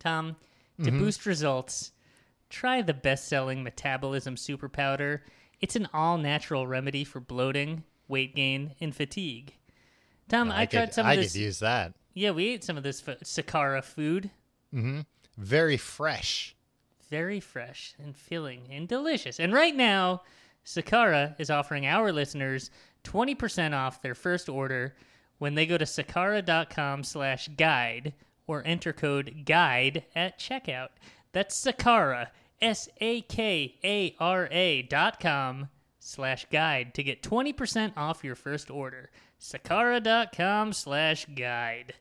S3: Tom, to
S1: Mm-hmm.
S3: boost results, try the best selling Metabolism Super Powder. It's an all natural remedy for bloating, weight gain, and fatigue. Tom, um, I,
S1: I,
S3: tried
S1: could,
S3: some
S1: I
S3: of this.
S1: could use that.
S3: Yeah, we ate some of this f- Sakara food.
S1: Very fresh.
S3: Very fresh and filling and delicious. And right now, Sakara is offering our listeners 20% off their first order when they go to sakara.com slash guide or enter code guide at checkout. That's Sakara, S-A-K-A-R-A dot com slash guide to get 20% off your first order. Sakara.com slash guide.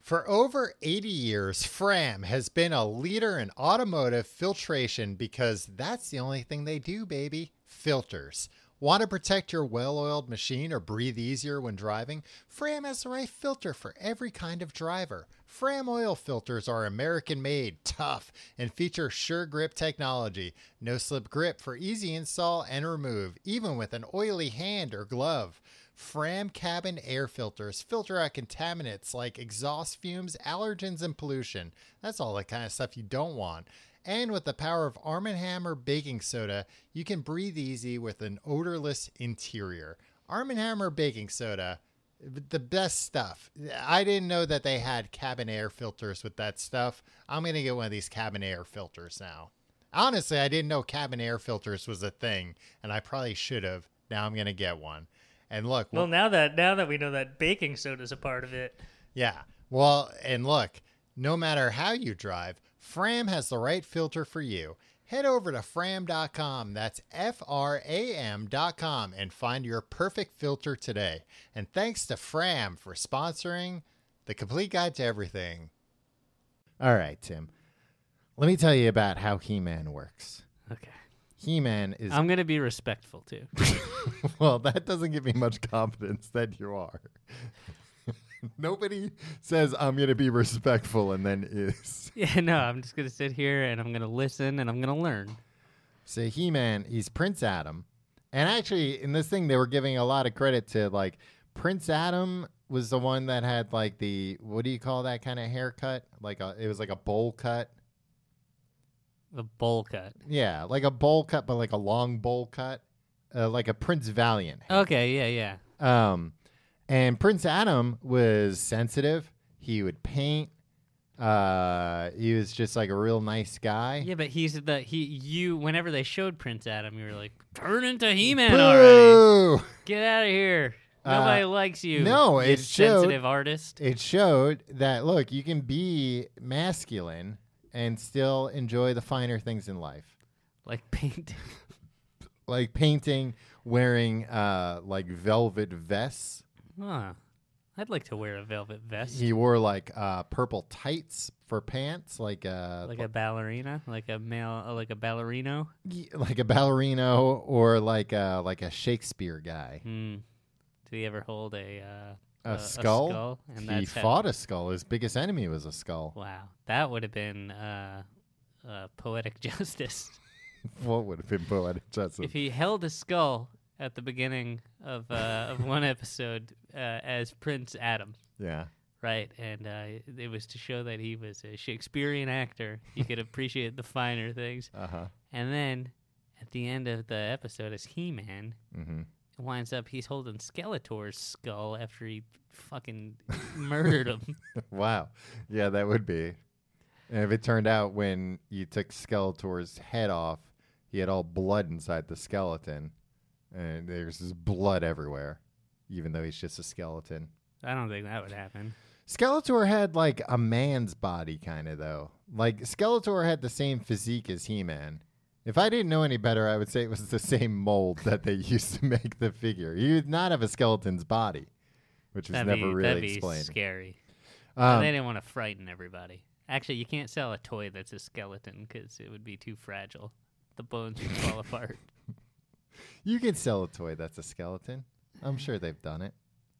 S1: For over 80 years, Fram has been a leader in automotive filtration because that's the only thing they do, baby. Filters. Want to protect your well oiled machine or breathe easier when driving? Fram has the right filter for every kind of driver. Fram oil filters are American made, tough, and feature sure grip technology. No slip grip for easy install and remove, even with an oily hand or glove. Fram cabin air filters filter out contaminants like exhaust fumes, allergens, and pollution. That's all the kind of stuff you don't want. And with the power of Arm & Hammer baking soda, you can breathe easy with an odorless interior. Arm & Hammer baking soda, the best stuff. I didn't know that they had cabin air filters with that stuff. I'm going to get one of these cabin air filters now. Honestly, I didn't know cabin air filters was a thing, and I probably should have. Now I'm going to get one. And look,
S3: Well, now that now that we know that baking soda's a part of it,
S1: yeah. Well, and look, no matter how you drive, Fram has the right filter for you. Head over to fram.com, that's F R A M.com, and find your perfect filter today. And thanks to Fram for sponsoring the complete guide to everything.
S2: All right, Tim. Let me tell you about how He Man works.
S3: okay.
S2: He Man is
S3: I'm gonna be respectful too.
S2: well. That doesn't give me much confidence that you are. Nobody says I'm going to be respectful and then is.
S3: yeah, no, I'm just gonna sit here and I'm gonna listen and I'm gonna learn.
S2: So He Man, he's Prince Adam. And actually, in this thing, they were giving a lot of credit to like Prince Adam was the one that had like the what do you call that kind of haircut? Like a, it was like a bowl cut.
S3: The bowl cut.
S2: Yeah, like a bowl cut, but like a long bowl cut, uh, like a Prince Valiant.
S3: Okay, yeah, yeah.
S2: Um, and Prince Adam was sensitive. He would paint. Uh, he was just like a real nice guy.
S3: Yeah, but he's the he you whenever they showed Prince Adam, you were like, Turn into He Man already.
S2: Boo!
S3: Get out of here.
S2: Uh,
S3: Nobody likes you.
S2: no,
S3: you
S2: it showed-
S3: sensitive artist.
S2: It showed that look, you can be masculine and still enjoy the finer things in life,
S3: Like paint
S2: like painting, wearing uh like velvet vests.
S3: huh. I'd like to wear a velvet vest.
S2: He wore like uh purple tights for pants, like uh
S3: Like a ballerina, like a male, uh, like a ballerino.
S2: y- like a ballerino or like a like a Shakespeare guy.
S3: Hmm. Did he ever hold a uh,
S2: A
S3: uh,
S2: skull?
S3: A skull and
S2: he
S3: that's how-
S2: fought a skull. His biggest enemy was a skull.
S3: Wow, that would have been uh, uh, poetic justice
S2: What would have been poetic justice?
S3: if he held a skull at the beginning of uh, of one episode uh, as Prince Adam.
S2: yeah.
S3: Right, and uh, it was to show that he was a Shakespearean actor. He could appreciate the finer things.
S2: Uh huh.
S3: And then at the end of the episode, as He Man
S2: Mm-hmm.
S3: winds up, he's holding Skeletor's skull after he fucking murdered him.
S2: Wow. Yeah, that would be. And if it turned out when you took Skeletor's head off, he had all blood inside the skeleton, and there's just blood everywhere, even though he's just a skeleton.
S3: I don't think that would happen.
S2: Skeletor had like a man's body, kind of though. Like Skeletor had the same physique as He-Man. If I didn't know any better, I would say it was the same mold that they used to make the figure. He would not have a skeleton's body, which was
S3: That'd
S2: never
S3: be, that'd
S2: really
S3: be
S2: explained.
S3: scary.
S2: Um,
S3: they didn't want to frighten everybody. Actually, you can't sell a toy that's a skeleton because it would be too fragile. The bones would fall apart.
S2: You can sell a toy that's a skeleton. I'm sure they've done it.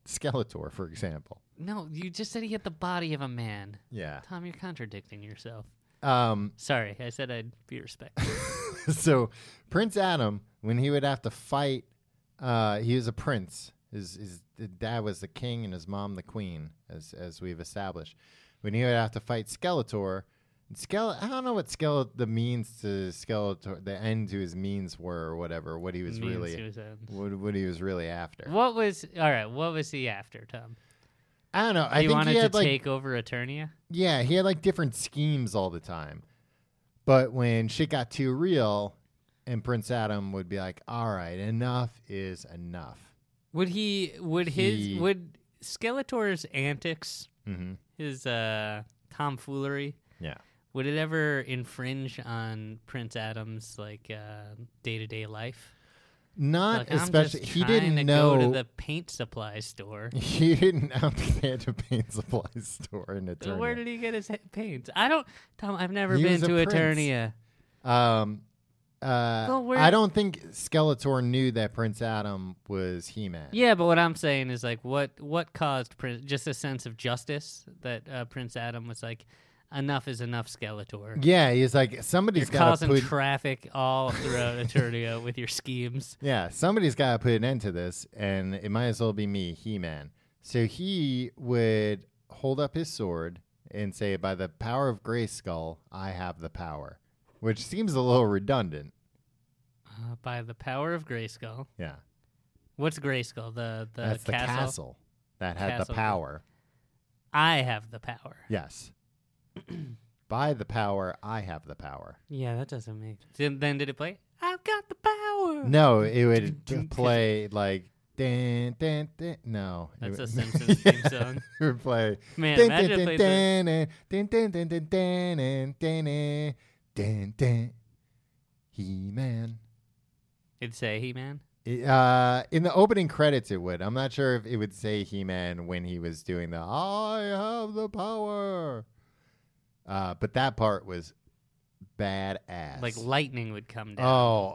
S2: Skeletor, for example.
S3: No, you just said he had the body of a man.
S2: Yeah.
S3: Tom, you're contradicting yourself.
S2: Um,
S3: Sorry, I said I'd be respectful.
S2: so Prince Adam, when he would have to fight, uh, he was a prince. His, his dad was the king and his mom the queen, as as we've established. When he would have to fight Skeletor, and Skele- I don't know what Skele- the means to Skeletor, the end to his means were, or whatever. What he was
S3: Means
S2: really,
S3: he was a-
S2: what, what he was really after.
S3: What was all right? What was he after, Tom?
S2: I don't know. I
S3: He
S2: think
S3: wanted
S2: he had
S3: to
S2: like
S3: take over Eternia.
S2: Yeah, he had like different schemes all the time. But when shit got too real, and Prince Adam would be like, "All right, enough is enough."
S3: Would he? Would his?
S2: He-
S3: Would Skeletor's antics,
S2: Mm-hmm.
S3: his uh, tomfoolery,
S2: Yeah.
S3: would it ever infringe on Prince Adam's like day to day life?
S2: Not
S3: Like, I'm
S2: especially.
S3: just
S2: He
S3: trying
S2: didn't
S3: to
S2: know.
S3: Go to the paint supply store.
S2: he didn't. I don't think they had a paint supply store in
S3: So where
S2: Eternia.
S3: did he get his he- paints? I don't, Tom. I've never
S2: He
S3: been
S2: was a
S3: to
S2: prince.
S3: Eternia.
S2: um, uh,
S3: Well, where-
S2: I don't think Skeletor knew that Prince Adam was He-Man.
S3: Yeah, but what I'm saying is like what what caused Prince just a sense of justice that uh, Prince Adam was like enough is enough Skeletor.
S2: Yeah, he's like somebody's
S3: You're
S2: got to
S3: causing
S2: put
S3: traffic all throughout Eternia with your schemes.
S2: Yeah, somebody's got to put an end to this, and it might as well be me, He Man. So he would hold up his sword and say, By the power of Grayskull, I have the power, which seems a little redundant.
S3: Uh, by the power of Grayskull.
S2: Yeah,
S3: What's Grayskull? The the
S2: that's
S3: castle.
S2: the castle that had
S3: Castle.
S2: the power.
S3: I have the power.
S2: Yes. By the power, I have the power.
S3: Yeah, that doesn't make. Then, then did it play? I've got the power.
S2: No, it would
S3: dun,
S2: play like. Dun, dun, dun. No. it
S3: That's
S2: would-
S3: a Simpsons theme
S2: Yeah,
S3: song.
S2: It would play.
S3: Man,
S2: Dun,
S3: imagine
S2: dun,
S3: it
S2: dun,
S3: played the-
S2: dun, eh, dun, dun, dun, dun, dun, eh, dun, eh, dun, dun. He-Man.
S3: It'd say He Man.
S2: It, uh, in the opening credits, it would. I'm not sure if it would say He-Man when he was doing the "I have the power," uh, but that part was badass.
S3: Like lightning would come down.
S2: oh,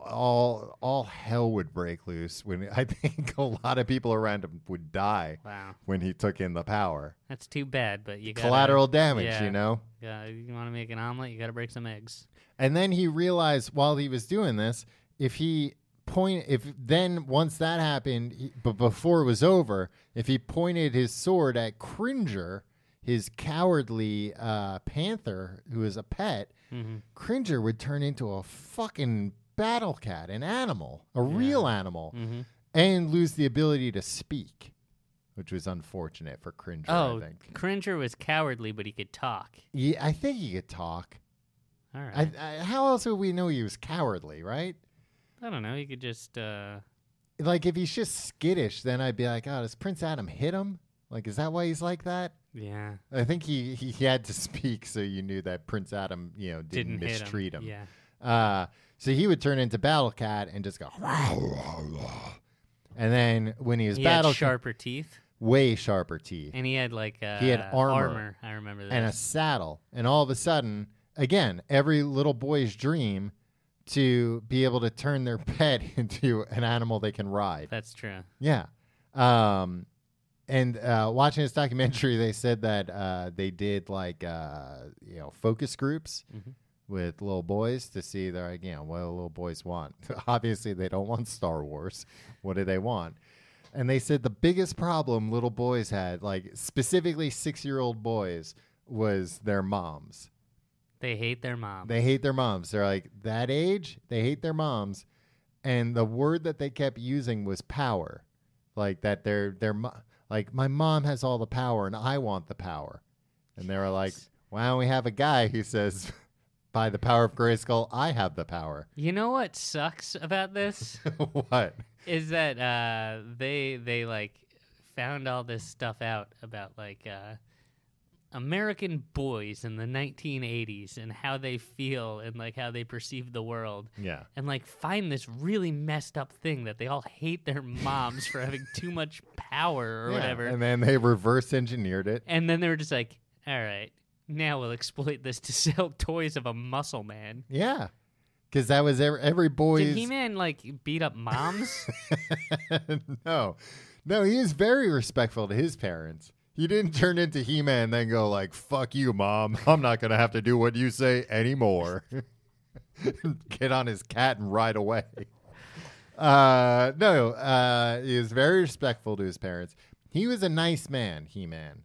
S2: all all hell would break loose when I think a lot of people around him would die
S3: Wow,
S2: when he took in the power.
S3: that's too bad. But you got
S2: Collateral damage,
S3: yeah.
S2: you know.
S3: Uh, you want to make an omelet, you got to break some eggs.
S2: And then he realized while he was doing this, if he point, if then once that happened, he, but before it was over, if he pointed his sword at Cringer, his cowardly uh, panther who is a pet,
S3: Mm-hmm.
S2: Cringer would turn into a fucking battle cat, an animal, a real animal,
S3: Mhm.
S2: and lose the ability to speak, which was unfortunate for Cringer. I
S3: Oh,
S2: think.
S3: Cringer was cowardly, but he could talk.
S2: Yeah, I think he could talk.
S3: All right.
S2: I, I, how else would we know he was cowardly, right?
S3: I don't know. You could just. Uh,
S2: like if he's just skittish, then I'd be like, oh, does Prince Adam hit him? Like, is that why he's like that?
S3: yeah.
S2: I think he, he, he had to speak, so you knew that Prince Adam, you know, didn't,
S3: Didn't, hit
S2: mistreat him.
S3: Yeah.
S2: Uh, so he would turn into Battle Cat and just go, and then when he was
S3: He
S2: Battle
S3: had sharper teeth,
S2: way sharper teeth
S3: and he had like uh,
S2: He had armor.
S3: I remember that.
S2: and a saddle, and all of a sudden, again, every little boy's dream to be able to turn their pet into an animal they can ride.
S3: That's true.
S2: Yeah. Um, and uh, watching this documentary, they said that uh, they did like uh, you know focus groups
S3: Mhm.
S2: with little boys to see they're like you know what do little boys want. Obviously, they don't want Star Wars. What do they want? And they said the biggest problem little boys had, like specifically six year old boys, was their moms.
S3: They hate their mom.
S2: They hate their moms. They're like that age, they hate their moms. And the word that they kept using was power. Like that their their mo- like my mom has all the power and I want the power. And they were like, "Why don't we have a guy who says by the power of Grayskull, I have the power."
S3: you know what sucks about this
S2: what?
S3: is that uh, they they like found all this stuff out about like uh, American boys in the 1980s and how they feel and like how they perceive the world.
S2: Yeah.
S3: and like find this really messed up thing that they all hate their moms for having too much power or
S2: Yeah.
S3: whatever.
S2: And then they reverse engineered it.
S3: And then they were just like, all right, now we'll exploit this to sell toys of a muscle man.
S2: Yeah. Cuz that was every, every
S3: Did
S2: boy's
S3: He Man like beat up moms?
S2: no, no, he is very respectful to his parents. He didn't turn into He-Man and then go like, "Fuck you, mom. I'm not gonna have to do what you say anymore." Get on his cat and ride away. Uh, no, uh, he is very respectful to his parents. He was a nice man, He-Man.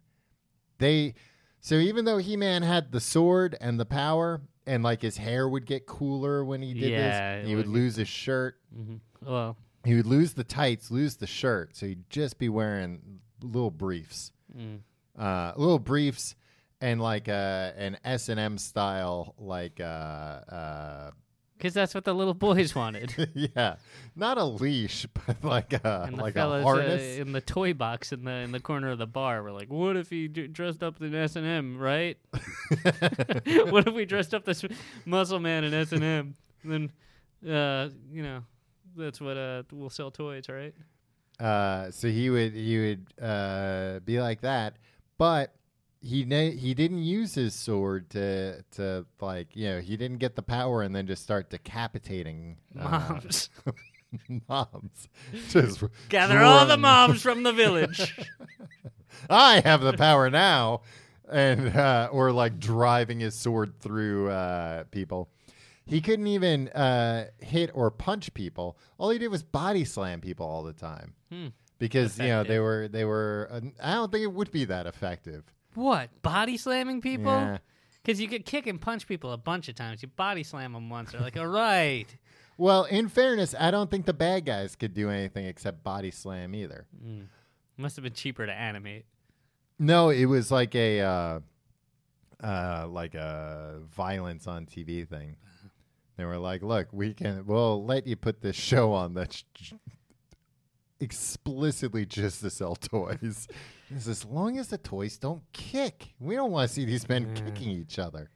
S2: They so even though He-Man had the sword and the power, and like his hair would get cooler when he did
S3: Yeah,
S2: this,
S3: it
S2: he would
S3: would-
S2: lose his shirt
S3: hmm Well,
S2: he would lose the tights, lose the shirt, so he'd just be wearing little briefs,
S3: mm,
S2: uh, little briefs, and like uh, an S and M style, like uh, uh,
S3: 'cause that's what the little boys wanted.
S2: yeah, not a leash, but like a
S3: And the
S2: like a
S3: fellas
S2: harness.
S3: Uh, in the toy box in the in the corner of the bar were like, "What if he d- dressed up in S and M? Right? what if we dressed up this muscle man in S and M? Then, uh, you know, that's what uh we'll sell toys, right?
S2: Uh, so he would he would uh, be like that, but he ne- he didn't use his sword to to like you know he didn't get the power and then just start decapitating uh,
S3: Moms,
S2: moms. Just
S3: gather all the
S2: drawing-
S3: moms from the village.
S2: I have the power now, and uh, or like driving his sword through uh, people. He couldn't even uh, hit or punch people. All he did was body slam people all the time
S3: Hmm.
S2: because you know they
S3: Effective.
S2: were they were. Uh, I don't think it would be that effective.
S3: what body slamming people?
S2: Yeah.
S3: Because you could kick and punch people a bunch of times. You body slam them once. They're like, all right.
S2: Well, in fairness, I don't think the bad guys could do anything except body slam either.
S3: Mm. Must have been cheaper to animate.
S2: No, it was like a uh, uh, like a violence on TV thing. They were like, "Look, we can. We'll let you put this show on that's j- explicitly just to sell toys, It's as long as the toys don't kick. We don't want to see these men kicking each other.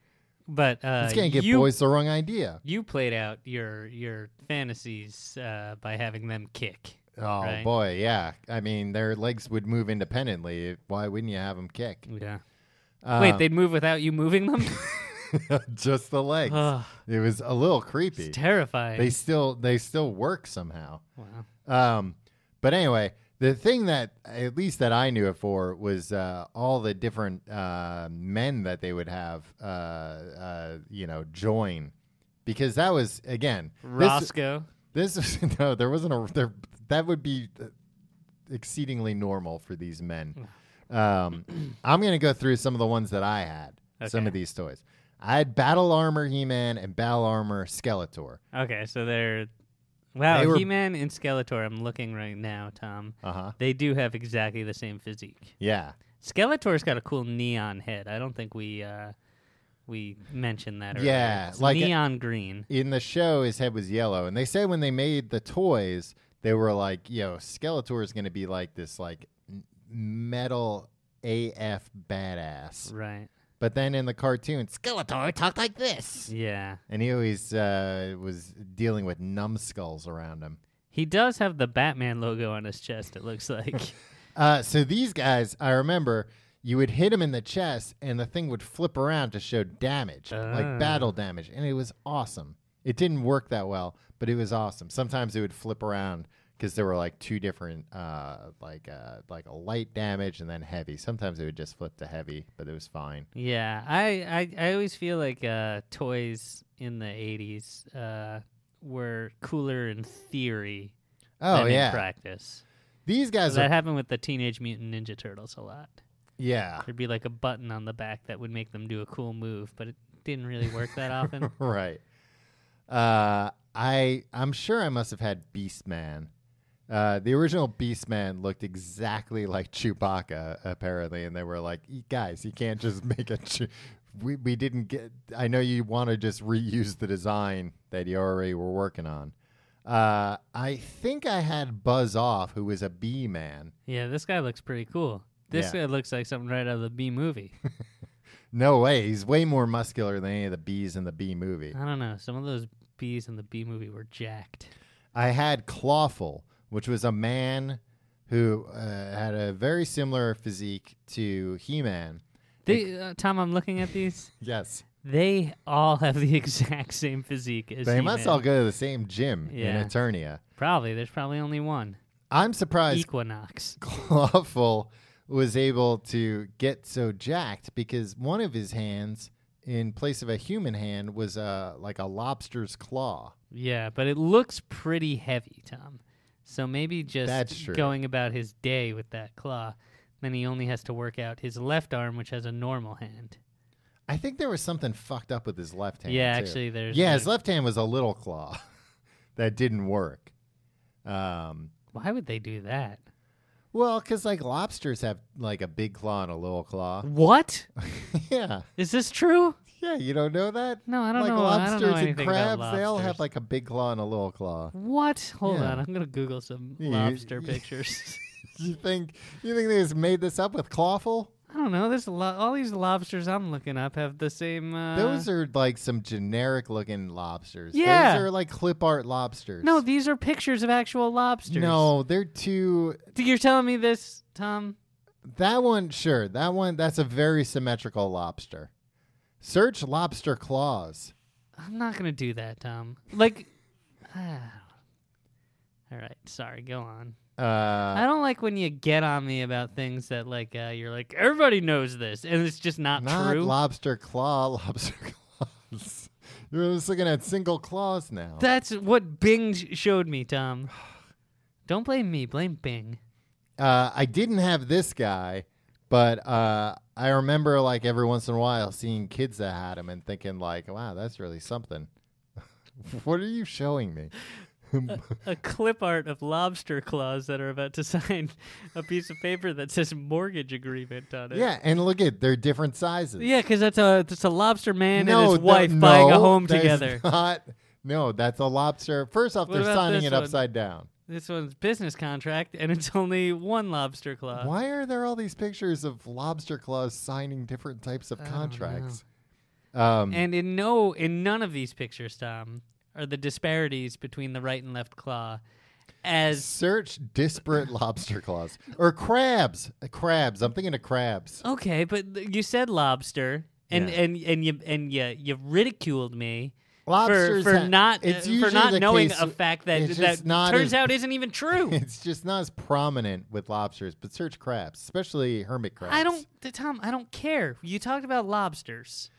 S3: But uh,
S2: It's gonna give
S3: you
S2: boys the wrong idea.
S3: you played out your your fantasies uh, by having them kick.
S2: Oh
S3: right.
S2: boy, yeah. I mean, their legs would move independently. Why wouldn't you have them kick?
S3: Yeah. Wait,
S2: Oh, Uh,
S3: they'd move without you moving them?
S2: just the legs.
S3: Ugh,
S2: it was a little creepy.
S3: it's terrifying.
S2: they still they still work somehow.
S3: wow.
S2: Um, but anyway, the thing that at least that I knew it for was uh, all the different uh, men that they would have, uh, uh, you know, join because that was again this
S3: Roscoe.
S2: this was, no there wasn't a there that would be uh, exceedingly normal for these men. Um, I'm gonna go through some of the ones that I had. Some
S3: Okay.
S2: of these toys. I had Battle Armor He-Man and Battle Armor Skeletor.
S3: Okay, so they're wow.
S2: They were-
S3: He-Man and Skeletor. I'm looking right now, Tom.
S2: Uh huh.
S3: They do have exactly the same physique.
S2: Yeah.
S3: Skeletor's got a cool neon head. I don't think we uh, we mentioned that. Earlier.
S2: Yeah,
S3: It's
S2: like uh, a-
S3: neon green.
S2: in the show his head was yellow and they said when they made the toys they were like yo skeletor is going to be like this like n- metal af badass
S3: Right.
S2: but then in the cartoon skeletor talked like this
S3: Yeah.
S2: and he always uh, was dealing with numbskulls around him
S3: He does have the Batman logo on his chest. It looks like.
S2: uh, so these guys i remember you would hit him in the chest and the thing would flip around to show damage
S3: Ah.
S2: like battle damage and it was awesome it didn't work that well but it was awesome sometimes it would flip around because there were like two different uh like uh like a light damage and then heavy. Sometimes it would just flip to heavy, but it was fine.
S3: Yeah, I, I, I always feel like uh, toys in the '80s uh, were cooler in theory
S2: Oh
S3: than in
S2: yeah,
S3: practice.
S2: these guys
S3: That
S2: are
S3: happened with the Teenage Mutant Ninja Turtles a lot.
S2: yeah
S3: There'd be like a button on the back that would make them do a cool move, but it didn't really work that often.
S2: right. Uh, I I'm sure I must have had Beastman. Uh, the original Beastman looked exactly like Chewbacca, apparently, and they were like, "You guys, you can't just make a. Chew- we we didn't get. I know you want to just reuse the design that you already were working on. Uh, I think I had Buzz Off, who was a bee man.
S3: yeah, this guy looks pretty cool. This
S2: Yeah.
S3: guy looks like something right out of the B movie.
S2: No way, he's way more muscular than any of the bees in the Bee movie.
S3: I don't know. Some of those bees in the B movie were jacked.
S2: I had Clawful, which was a man who uh, had a very similar physique to He Man.
S3: They, uh, Tom, I'm looking at these.
S2: Yes.
S3: They all have the exact same physique as
S2: They
S3: He-Man.
S2: must all go to the same gym
S3: Yeah.
S2: in Eternia.
S3: Probably. There's probably only one.
S2: I'm surprised
S3: Equinox.
S2: Clawful was able to get so jacked because one of his hands, in place of a human hand, was uh, like a lobster's claw.
S3: Yeah, but it looks pretty heavy, Tom. So maybe just
S2: That's true.
S3: going about his day with that claw. Then he only has to work out his left arm, which has a normal hand.
S2: I think there was something fucked up with his left hand.
S3: yeah,
S2: too.
S3: actually, there's.
S2: Yeah,
S3: no-
S2: his left hand was a little claw that didn't work. Um,
S3: Why would they do that?
S2: Well, because like lobsters have like a big claw and a little claw.
S3: What?
S2: yeah,
S3: Is this true?
S2: yeah. You don't know that?
S3: Mm-hmm. No, I don't
S2: like
S3: know. I don't
S2: lobsters
S3: know
S2: and
S3: anything about
S2: crabs, they all have
S3: lobsters.
S2: like a big claw and a little claw.
S3: What? Hold
S2: Yeah.
S3: on. I'm going to Google some
S2: You-
S3: lobster
S2: you-
S3: pictures.
S2: You think you think they just made this up with clawful?
S3: I don't know. There's a lo- all these lobsters I'm looking up have the same. Uh,
S2: Those are like some generic looking lobsters.
S3: Yeah.
S2: those are like clip art lobsters.
S3: no, these are pictures of actual lobsters.
S2: no, they're too.
S3: D- you're telling me this, Tom?
S2: That one, sure. That one, that's a very symmetrical lobster. Search lobster claws.
S3: I'm not gonna do that, Tom. Like, ah. all right, sorry. Go on.
S2: Uh,
S3: I don't like when you get on me about things that, like, uh, you're like everybody knows this, and it's just not,
S2: Not
S3: true.
S2: lobster claw, lobster claws. You're just looking at single claws now.
S3: That's what Bing sh- showed me, Tom. Don't blame me. Blame Bing.
S2: uh, I didn't have this guy, but uh, I remember like every once in a while seeing kids that had him and thinking like, "Wow, that's really something." what are you showing me?
S3: A clip art of lobster claws that are about to sign a piece of paper that says mortgage agreement on it.
S2: yeah, and look at they're different sizes.
S3: Yeah, because that's a that's a lobster man
S2: no,
S3: and his
S2: tha-
S3: wife buying a
S2: no,
S3: home
S2: that is
S3: together.
S2: Not, no, that's a lobster. First off,
S3: What
S2: they're
S3: about
S2: signing
S3: this
S2: it
S3: one?
S2: upside down.
S3: This one's business contract, and it's only one lobster claw.
S2: Why are there all these pictures of lobster claws signing different types of
S3: I don't know.
S2: contracts? Um,
S3: And in no, in none of these pictures, Tom, are the disparities between the right and left claw as
S2: Search disparate lobster claws or crabs. Uh, Crabs. I'm thinking of crabs.
S3: okay. But th- you said lobster, and
S2: Yeah.
S3: and and you and you you ridiculed me.
S2: Lobsters
S3: for, for
S2: ha-
S3: not
S2: it's
S3: uh, for
S2: usually
S3: not
S2: the
S3: knowing
S2: case-
S3: a fact that
S2: it's
S3: that
S2: just not as-
S3: turns out isn't even true.
S2: It's just not as prominent with lobsters, but search crabs, especially hermit crabs.
S3: I don't, t- Tom. I don't care. You talked about lobsters.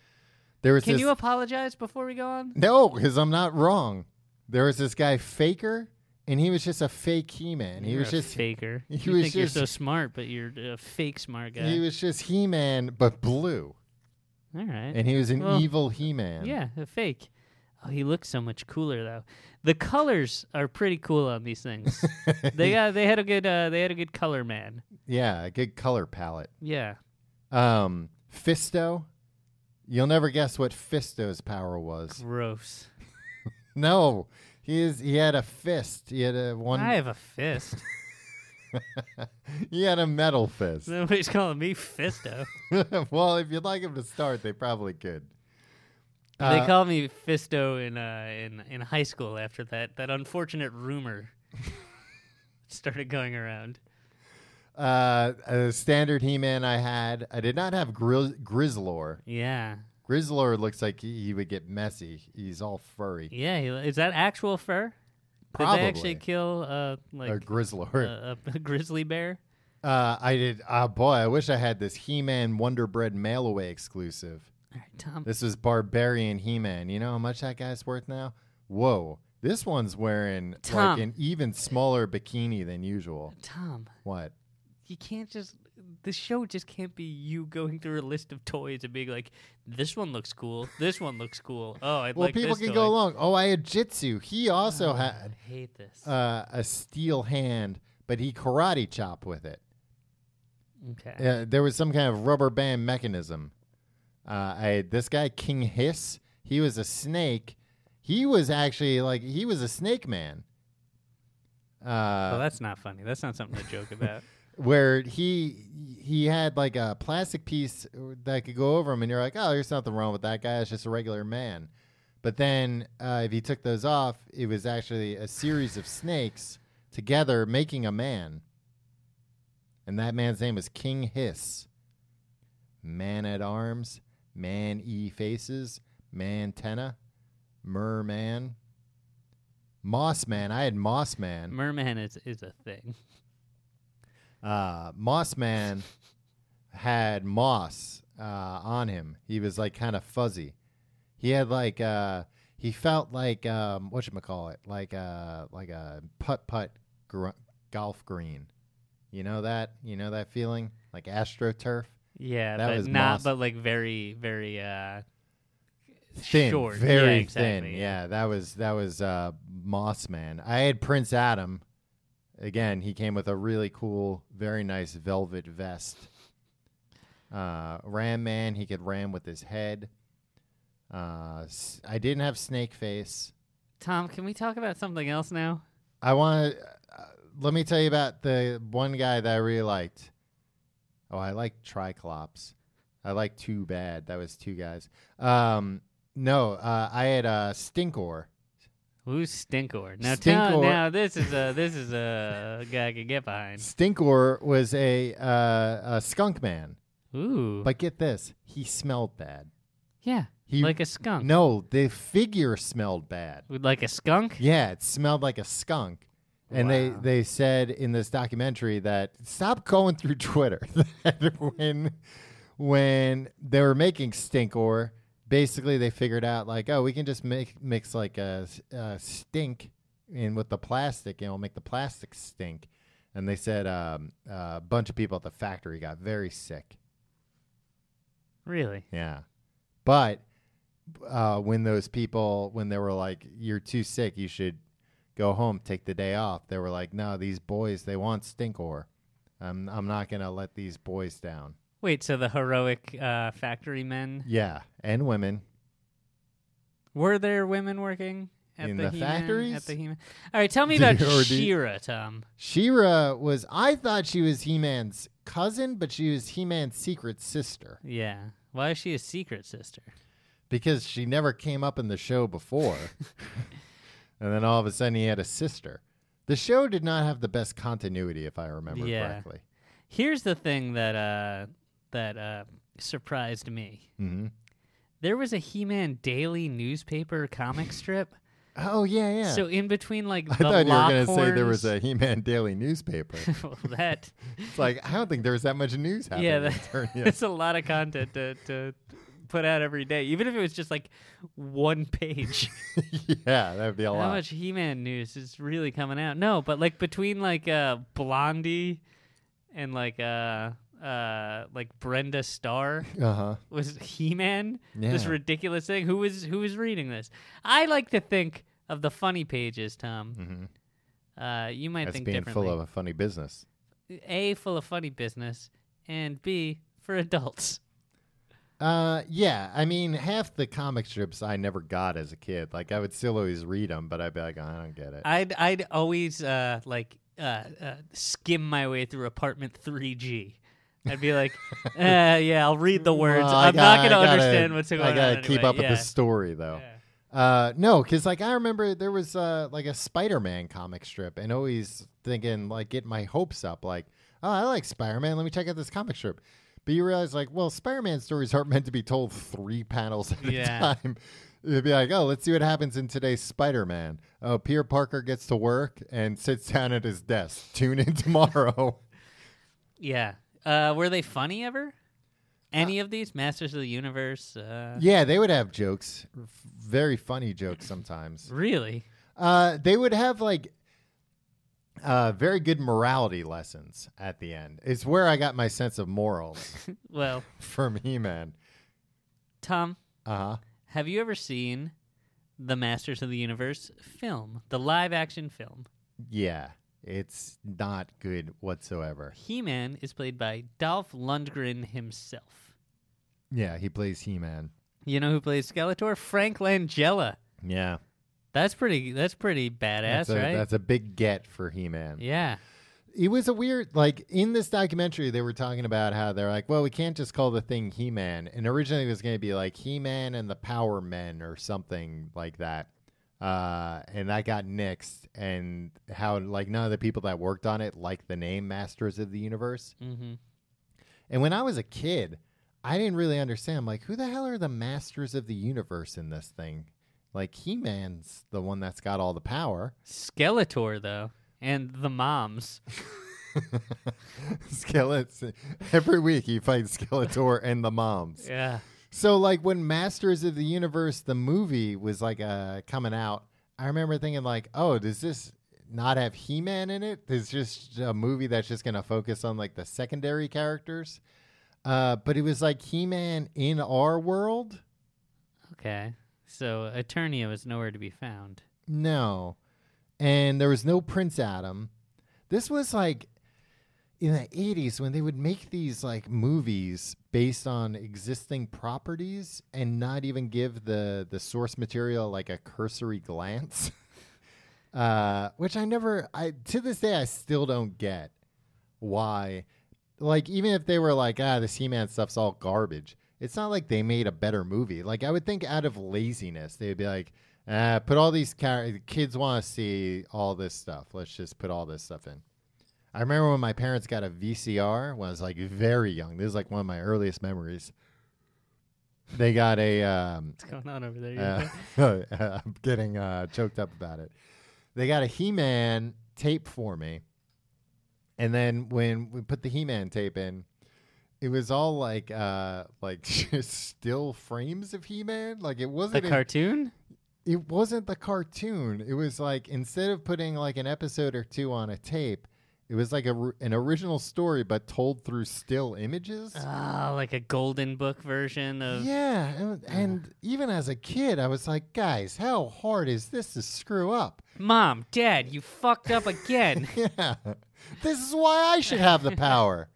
S2: There was
S3: Can
S2: this,
S3: you apologize before we go on?
S2: no, because I'm not wrong. There was this guy Faker, and he was just a fake He-Man. He
S3: You're
S2: was
S3: a
S2: just
S3: faker.
S2: he
S3: you
S2: was
S3: think you're
S2: just-
S3: so smart, but you're a fake smart guy.
S2: he was just He-Man, but blue,
S3: All right.
S2: and he was an
S3: Well,
S2: evil He-Man.
S3: Yeah, a fake. Oh, he looks so much cooler though. The colors are pretty cool on these things. they got they had a good uh, they had a good color man.
S2: yeah, a good color palette.
S3: Yeah.
S2: Um, Fisto. You'll never guess what Fisto's power was.
S3: Gross.
S2: No, he is. He had a fist. He had a one.
S3: I have a fist.
S2: he had a metal fist.
S3: Nobody's calling me Fisto.
S2: well, if you'd like him to start, they probably could.
S3: they
S2: Uh,
S3: called me Fisto in uh, in in high school after that that unfortunate rumor started going around.
S2: uh, a standard He-Man I had. I did not have Gri- Grizzlor.
S3: Yeah.
S2: Grizzlor looks like he, he would get messy. He's all furry.
S3: Yeah, he, is that actual fur?
S2: Probably
S3: Did they actually kill uh, like uh,
S2: a grizzler.
S3: a, a grizzly bear?
S2: Uh, I did. Ah, boy, I wish I had this He-Man Wonder Bread mail-away exclusive.
S3: All right, Tom.
S2: This was Barbarian He-Man. You know how much that guy's worth now? Whoa, this one's wearing
S3: Tom.
S2: like an even smaller bikini than usual.
S3: Tom,
S2: What?
S3: you can't just. The show just can't be you going through a list of toys and being like, "This one looks cool. This one looks cool." Oh, I
S2: Well,
S3: like
S2: people
S3: this
S2: can
S3: toy.
S2: go along. Oh, I had Jitsu. He also had
S3: I hate this.
S2: uh, a steel hand, but he karate chop with it.
S3: okay.
S2: Uh, there was some kind of rubber band mechanism. Uh, I had this guy King Hiss. He was a snake. He was actually like he was a snake man.
S3: well,
S2: Uh,
S3: that's not funny. That's not something to joke about.
S2: where he he had like a plastic piece that could go over him, and you're like, oh, there's nothing wrong with that guy. It's just a regular man. But then uh, if he took those off, it was actually a series of snakes together making a man. And that man's name was King Hiss. Man at arms, man e faces, man tenna, merman, moss man. I had moss man.
S3: Merman is is a thing.
S2: uh, Moss Man had moss uh, on him. He was like kind of fuzzy. He had like uh, he felt like um, what should call it? Like a like a putt putt gr- golf green. You know that? You know that feeling? Like astroturf,
S3: Yeah,
S2: That
S3: but
S2: was
S3: not
S2: Moss.
S3: but like very very uh
S2: thin,
S3: Short.
S2: very
S3: Yeah, exactly,
S2: thin.
S3: yeah.
S2: Yeah, that was that was uh, Moss Man. I had Prince Adam. Again, he came with a really cool, very nice velvet vest. Uh, ram man, he could ram with his head. Uh, s- I didn't have snake face.
S3: Tom, can we talk about something else now?
S2: I want to. Uh, let me tell you about the one guy that I really liked. Oh, I like Triclops. I like Too Bad. That was two guys. Um, no, uh, I had uh, Stinkor.
S3: Who's Stinkor? Now tell-
S2: Stinkor.
S3: now this is a this is a guy I could get behind.
S2: Stinkor was a, uh, a skunk man,
S3: Ooh.
S2: but get this, he smelled bad.
S3: yeah.
S2: He-
S3: like a skunk.
S2: No, the figure smelled bad.
S3: With Like a skunk?
S2: Yeah, it smelled like a skunk. And they,
S3: Wow.
S2: they said in this documentary that stop going through Twitter. that when when they were making stink or basically they figured out like oh we can just make mix like a, s- a stink in with the plastic and it'll make the plastic stink. And they said um, a bunch of people at the factory got very sick.
S3: Really?
S2: Yeah. But uh, when those people, when they were like, you're too sick, you should go home, take the day off, they were like, no, these boys, they want stinkor. I'm, I'm not going to let these boys down.
S3: Wait, so the heroic uh, factory men
S2: Yeah. And women.
S3: were there women working at
S2: In
S3: the,
S2: the
S3: He-Man- At
S2: factories?
S3: the He-Man? All right, tell me
S2: Did
S3: about
S2: you already-
S3: Shira, Tom.
S2: Shira was, I thought she was He Man's cousin, but she was He Man's secret sister
S3: Yeah. Why is she a secret sister?
S2: because she never came up in the show before. and then all of a sudden he had a sister. The show did not have the best continuity, if I remember
S3: Yeah.
S2: correctly.
S3: Here's the thing that uh, that uh, surprised me.
S2: Mm-hmm.
S3: There was a He-Man daily newspaper comic strip.
S2: Oh yeah, yeah.
S3: So in between, like
S2: I
S3: the
S2: thought you were gonna
S3: Lockhorns-
S2: say there was a He-Man Daily newspaper.
S3: well, that
S2: it's like I don't think there was that much news happening.
S3: yeah,
S2: in turn
S3: that,
S2: yet.
S3: that's a lot of content to, to put out every day, even if it was just like one page.
S2: yeah, that would be a
S3: How
S2: lot.
S3: much He-Man news is really coming out? No, but like between like uh, Blondie and like uh, uh, like Brenda Starr.
S2: Uh huh.
S3: was He-Man this
S2: Yeah.
S3: ridiculous thing? Who was who was reading this? I like to think of the funny pages, Tom. Uh, you might
S2: That's
S3: think
S2: Mm-hmm. being
S3: differently.
S2: full of a funny business.
S3: a full of funny business, and B for adults.
S2: Uh, yeah. I mean, half the comic strips I never got as a kid. Like I would still always read them, but I'd be like, oh, I don't get it.
S3: I'd I'd always uh, like uh, uh, skim my way through apartment 3G. I'd be like, uh, yeah, I'll read the words.
S2: Well, Oh, I
S3: I'm
S2: got-
S3: not gonna
S2: I gotta-
S3: understand what's going on.
S2: I gotta keep
S3: anyway.
S2: up with
S3: Yeah.
S2: the story though.
S3: Yeah.
S2: Uh, no, because like I remember there was uh like a Spider-Man comic strip, and always thinking like get my hopes up, like oh I like Spider-Man, let me check out this comic strip. But you realize, like, well, Spider Man stories aren't meant to be told three panels at
S3: Yeah.
S2: a time. It'd be like, oh, let's see what happens in today's Spider Man. Oh, Peter Parker gets to work and sits down at his desk. Tune in tomorrow.
S3: Yeah. Uh, were they funny ever? Any
S2: Uh,
S3: of these? Masters of the Universe? Uh,
S2: yeah, they would have jokes, f- very funny jokes sometimes.
S3: Really?
S2: Uh, they would have like uh, very good morality lessons at the end. It's where I got my sense of morals
S3: Well,
S2: from He Man.
S3: Tom,
S2: Uh huh.
S3: have you ever seen the Masters of the Universe film, the live action film?
S2: Yeah, it's not good whatsoever.
S3: He Man is played by Dolph Lundgren himself.
S2: Yeah, he plays He Man.
S3: You know who plays Skeletor? Frank Langella.
S2: Yeah,
S3: That's pretty. That's pretty badass,
S2: that's a,
S3: right?
S2: That's a big get for He Man.
S3: yeah.
S2: It was a weird, like in this documentary, they were talking about how they're like, well, we can't just call the thing He Man. And originally it was going to be like He Man and the Power Men or something like that. Uh, and that got nixed. And how, like, none of the people that worked on it liked the name Masters of the Universe.
S3: hmm
S2: And when I was a kid, I didn't really understand. I'm like, who the hell are the Masters of the Universe in this thing? Like, He Man's the one that's got all the power.
S3: Skeletor though, and the moms.
S2: Skeletons. Every week he fights Skeletor and the moms.
S3: Yeah.
S2: So like when Masters of the Universe the movie was like uh coming out, I remember thinking like, "Oh, does this not have He-Man in it? There's just a movie that's just going to focus on like the secondary characters." Uh but it was like He-Man in our world?
S3: Okay. So Eternia was nowhere to be found.
S2: No. And there was no Prince Adam. This was like in the 80s when they would make these like movies based on existing properties and not even give the the source material like a cursory glance. uh which I never I to this day I still don't get why like even if they were like ah the He-Man stuff's all garbage. It's not like they made a better movie. Like I would think out of laziness they'd be like uh, put all these char- kids want to see all this stuff. Let's just put all this stuff in. I remember when my parents got a VCR when I was like very young. This is like one of my earliest memories. They got a. Um,
S3: What's going on over there? You
S2: uh,
S3: okay?
S2: I'm getting uh, choked up about it. They got a He-Man tape for me, and then when we put the He-Man tape in, it was all like uh, like just still frames of He-Man. Like it
S3: the
S2: wasn't. in-
S3: cartoon?
S2: it wasn't the cartoon. It was like instead of putting like an episode or two on a tape, it was like a, r- an original story but told through still images.
S3: Ah, like a golden book version of
S2: yeah, and, and even as a kid, I was like, guys, how hard is this to screw up?
S3: Mom, Dad, you fucked up again.
S2: yeah, this is why I should have the power.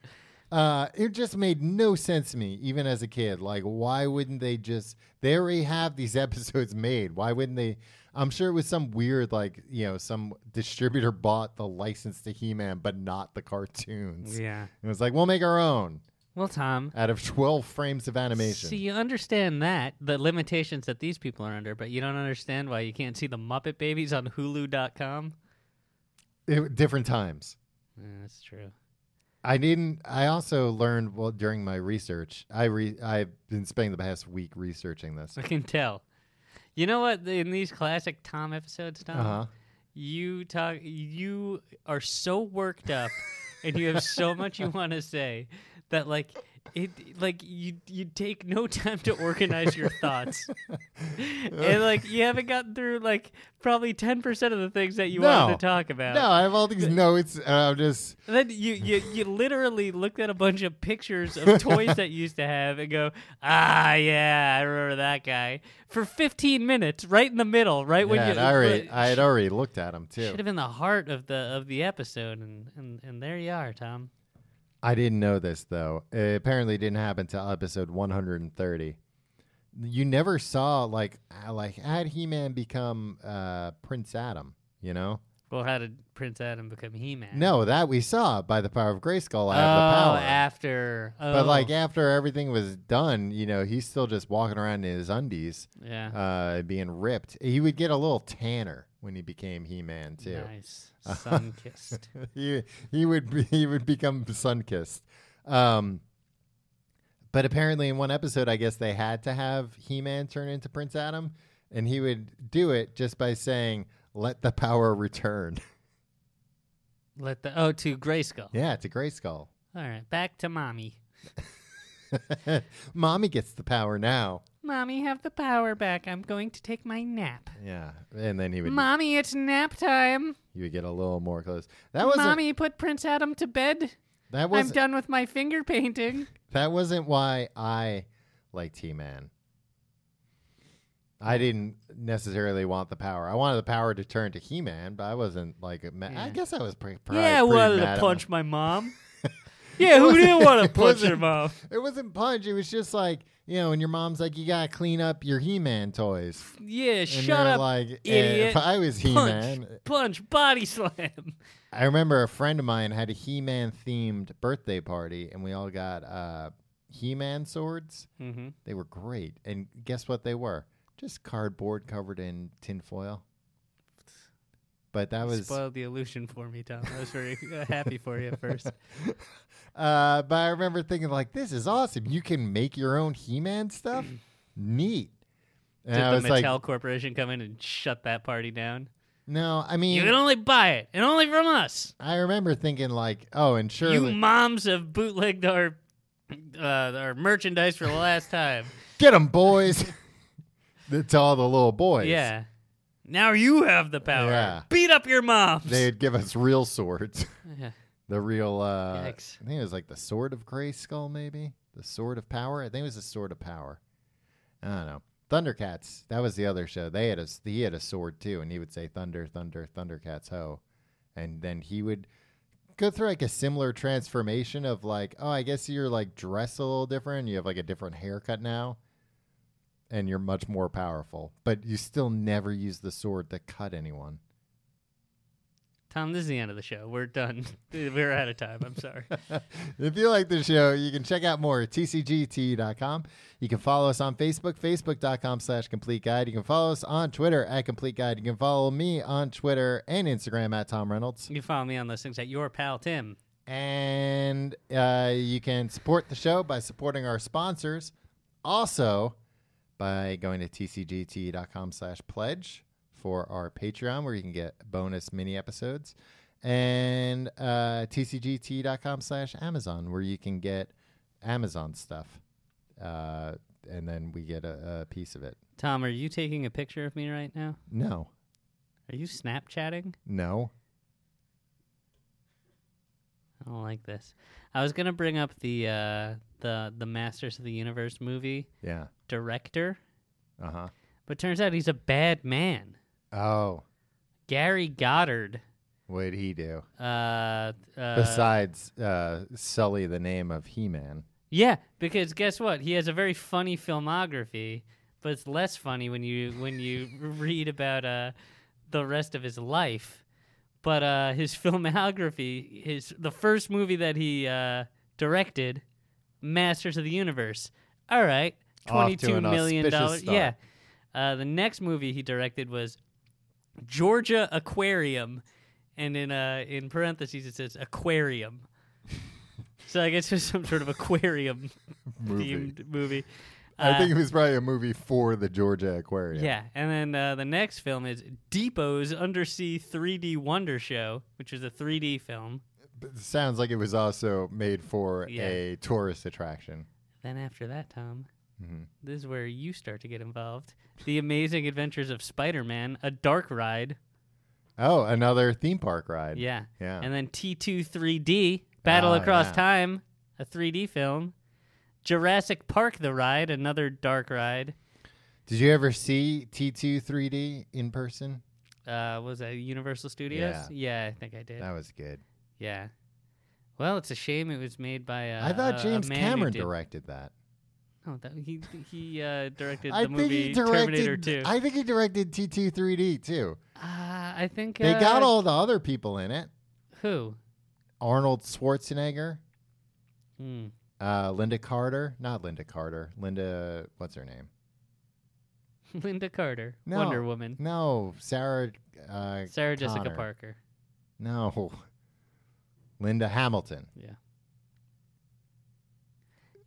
S2: Uh, it just made no sense to me, even as a kid. Like, why wouldn't they just? They already have these episodes made. Why wouldn't they? I'm sure it was some weird, like you know, some distributor bought the license to He-Man, but not the cartoons.
S3: yeah.
S2: It was like we'll make our own
S3: Well, Tom,
S2: out of 12 frames of animation.
S3: see, you understand that, the limitations that these people are under, but you don't understand why you can't see the Muppet Babies on Hulu.com?
S2: It- different times.
S3: Yeah, that's true.
S2: I didn't. I also learned well during my research. I re, I've been spending the past week researching this.
S3: I can tell. You know what? In these classic Tom episodes, Tom,
S2: Uh huh.
S3: you talk. You are so worked up, and you have so much you want to say that, like, it, like you you take no time to organize your thoughts, and like you haven't gotten through like probably ten percent of the things that you wanted
S2: No.
S3: to talk about.
S2: No, I have all these notes. And I'm just
S3: And Then you, you you literally looked at a bunch of pictures of toys that you used to have and go, ah, yeah, I remember that guy for 15 minutes, right in the middle, right when
S2: yeah,
S3: you.
S2: and I already I had already looked at them too.
S3: should have been the heart of the of the episode, and and, and there you are, Tom.
S2: I didn't know this though. It apparently didn't happen till episode 130. You never saw like uh, like had He Man become uh, Prince Adam. You know,
S3: Well, how did Prince Adam become He-Man?
S2: no, that we saw by the power of Grayskull.
S3: oh,
S2: I have the power.
S3: after. Oh,
S2: but like after everything was done, you know, he's still just walking around in his undies.
S3: yeah,
S2: uh, being ripped. He would get a little tanner when he became He Man too.
S3: nice, sun kissed.
S2: he he would be, he would become sun kissed. Um, But apparently, in one episode, I guess they had to have He Man turn into Prince Adam, and he would do it just by saying, Let the power return.
S3: Let the oh to Grayskull.
S2: yeah, it's a gray skull.
S3: All right, back to mommy.
S2: Mommy gets the power now.
S3: Mommy, have the power back. I'm going to take my nap.
S2: Yeah. And then he would
S3: Mommy, it's nap time.
S2: you would get a little more close. That wasn't
S3: Mommy, put Prince Adam to bed.
S2: that
S3: I'm
S2: was
S3: done with my finger painting.
S2: that wasn't why I liked He Man. I didn't necessarily want the power. I wanted the power to turn to He Man, but I wasn't like ma- I
S3: Yeah.
S2: guess I was pretty. Probably
S3: Yeah, I
S2: pretty
S3: wanted
S2: mad
S3: to
S2: at
S3: punch my mom. yeah, who didn't want to
S2: It
S3: punch your
S2: wasn't-
S3: mom?
S2: It wasn't punch. It was just like you know, when your mom's like, "You gotta clean up your He-Man toys."
S3: Yeah,
S2: And
S3: shut
S2: you're
S3: up,
S2: like, "Eh,
S3: idiot.
S2: If I was
S3: punch,
S2: He-Man,
S3: punch, body slam.
S2: I remember a friend of mine had a He-Man themed birthday party, and we all got uh, He-Man swords.
S3: Mm-hmm.
S2: They were great, and guess what? They were just cardboard covered in tinfoil. But that was
S3: Spoiled the illusion for me, Tom. I was very uh, happy for you at first.
S2: Uh, but I remember thinking like, this is awesome. You can make your own He-Man stuff. Neat. And
S3: Did
S2: I
S3: the
S2: was
S3: Mattel
S2: like,
S3: Corporation come in and shut that party down?
S2: no, I
S3: You
S2: mean,
S3: can only buy it, and only from us.
S2: I remember thinking like, oh, and surely
S3: You moms have bootlegged our uh, our merchandise for the last time.
S2: get them, boys. That's all the little boys.
S3: Yeah. Now you have the power.
S2: Yeah.
S3: Beat up your moms.
S2: They'd give us real swords.
S3: Yeah.
S2: The real, uh,
S3: Yikes.
S2: I think it was like the sword of Gray Skull, maybe the sword of power. I think it was the sword of power. I don't know. Thundercats. That was the other show. They had a he had a sword too, and he would say thunder, thunder, Thundercats ho, and then he would go through like a similar transformation of like, oh, I guess you're like dressed a little different. You have like a different haircut now, and you're much more powerful, but you still never use the sword to cut anyone.
S3: Tom, this is the end of the show. We're done. We're out of time. I'm sorry.
S2: if you like the show, you can check out more at tcgt.com. You can follow us on Facebook, facebook.com slash complete guide. You can follow us on Twitter at complete guide. You can follow me on Twitter and Instagram at Tom Reynolds.
S3: You can follow me on those things at your pal Tim.
S2: And uh, you can support the show by supporting our sponsors. Also, by going to tcgt.com E slash pledge for our Patreon, where you can get bonus mini episodes. And uh, tcgt.com slash Amazon, where you can get Amazon stuff. Uh, and then we get a, a piece of it.
S3: Tom, are you taking a picture of me right now?
S2: No,
S3: Are you Snapchatting?
S2: no.
S3: I don't like this. I was gonna bring up the uh, the the Masters of the Universe movie
S2: Yeah.
S3: director,
S2: Uh huh.
S3: but turns out he's a bad man.
S2: Oh,
S3: Gary Goddard.
S2: what'd he do?
S3: Uh, uh,
S2: Besides uh, sully the name of He Man.
S3: Yeah, because guess what? He has a very funny filmography, but it's less funny when you when you read about uh, the rest of his life. But uh, his filmography, his the first movie that he uh, directed, Masters of the Universe. All right,
S2: Off
S3: twenty
S2: to
S3: two
S2: an
S3: million
S2: auspicious
S3: dollars.
S2: start.
S3: Yeah. Uh, the next movie he directed was Georgia Aquarium, and in uh, in parentheses it says aquarium. so I guess it was some sort of aquarium themed movie.
S2: I
S3: Uh,
S2: think it was probably a movie for the Georgia Aquarium.
S3: yeah, and then uh, the next film is Depot's Undersea 3D Wonder Show, which is a 3D film.
S2: But it sounds like it was also made for
S3: Yeah.
S2: a tourist attraction.
S3: Then after that, Tom,
S2: Mhm.
S3: this is where you start to get involved. The Amazing Adventures of Spider-Man, A Dark Ride.
S2: Oh, another theme park ride.
S3: Yeah.
S2: Yeah.
S3: And then T2 3D, Battle
S2: Ah,
S3: Across
S2: yeah.
S3: Time, a 3D film. Jurassic Park The Ride, another dark ride.
S2: Did you ever see T2 3D in person?
S3: Uh, was that Universal Studios? Yeah. I think I did.
S2: That was good.
S3: yeah. Well, it's a shame it was made by uh,
S2: I
S3: a-
S2: thought
S3: a
S2: James
S3: man who
S2: Cameron
S3: did-
S2: directed that.
S3: No, that, he he uh, directed
S2: I
S3: the
S2: think
S3: movie
S2: he directed.
S3: Terminator 2.
S2: I think he directed T2 3D too.
S3: uh, I think
S2: They
S3: uh,
S2: got all the other people in it.
S3: who.
S2: Arnold Schwarzenegger,
S3: Hmm.
S2: uh, Linda Carter, not Linda Carter. Linda, what's her name?
S3: Linda Carter,
S2: No.
S3: Wonder Woman,
S2: No, Sarah. Uh,
S3: Sarah Jessica
S2: Connor.
S3: Parker.
S2: No. Linda Hamilton.
S3: Yeah.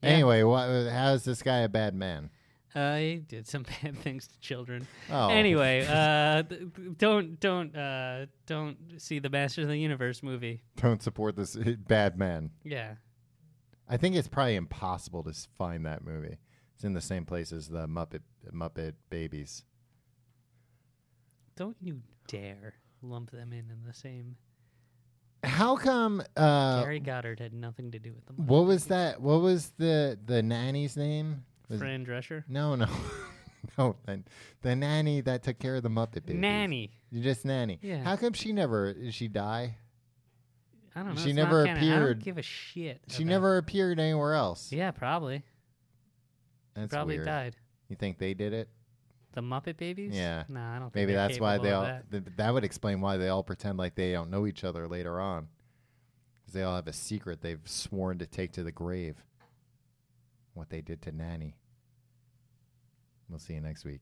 S3: Yeah.
S2: Anyway, why, how is this guy a bad man?
S3: Uh, he did some bad things to children.
S2: Oh,
S3: Anyway, uh, th- th- don't don't uh, don't see the Masters of the Universe movie.
S2: don't support this uh, bad man.
S3: Yeah,
S2: I think it's probably impossible to s- find that movie. It's in the same place as the Muppet Muppet Babies.
S3: don't you dare lump them in in the same.
S2: How come? Uh,
S3: Gary Goddard had nothing to do with them.
S2: what was that? What was the the nanny's name? Was-
S3: Fran Drescher.
S2: no, no, no. The, the nanny that took care of the Muppet Babies.
S3: Nanny.
S2: Just nanny.
S3: Yeah.
S2: How come she never? Did she die?
S3: I don't know.
S2: She
S3: it's
S2: never
S3: not canon. I
S2: appeared.
S3: don't give a shit.
S2: She
S3: about-
S2: never appeared anywhere else.
S3: Yeah, probably.
S2: That's
S3: probably
S2: weird.
S3: died.
S2: You think they did it?
S3: The Muppet Babies.
S2: Yeah.
S3: No, I don't. Think
S2: Maybe
S3: they're
S2: that's why they
S3: capable
S2: all.
S3: of
S2: That.
S3: that.
S2: Th- that would explain why they all pretend like they don't know each other later on, because they all have a secret they've sworn to take to the grave. What they did to Nanny. We'll see you next week.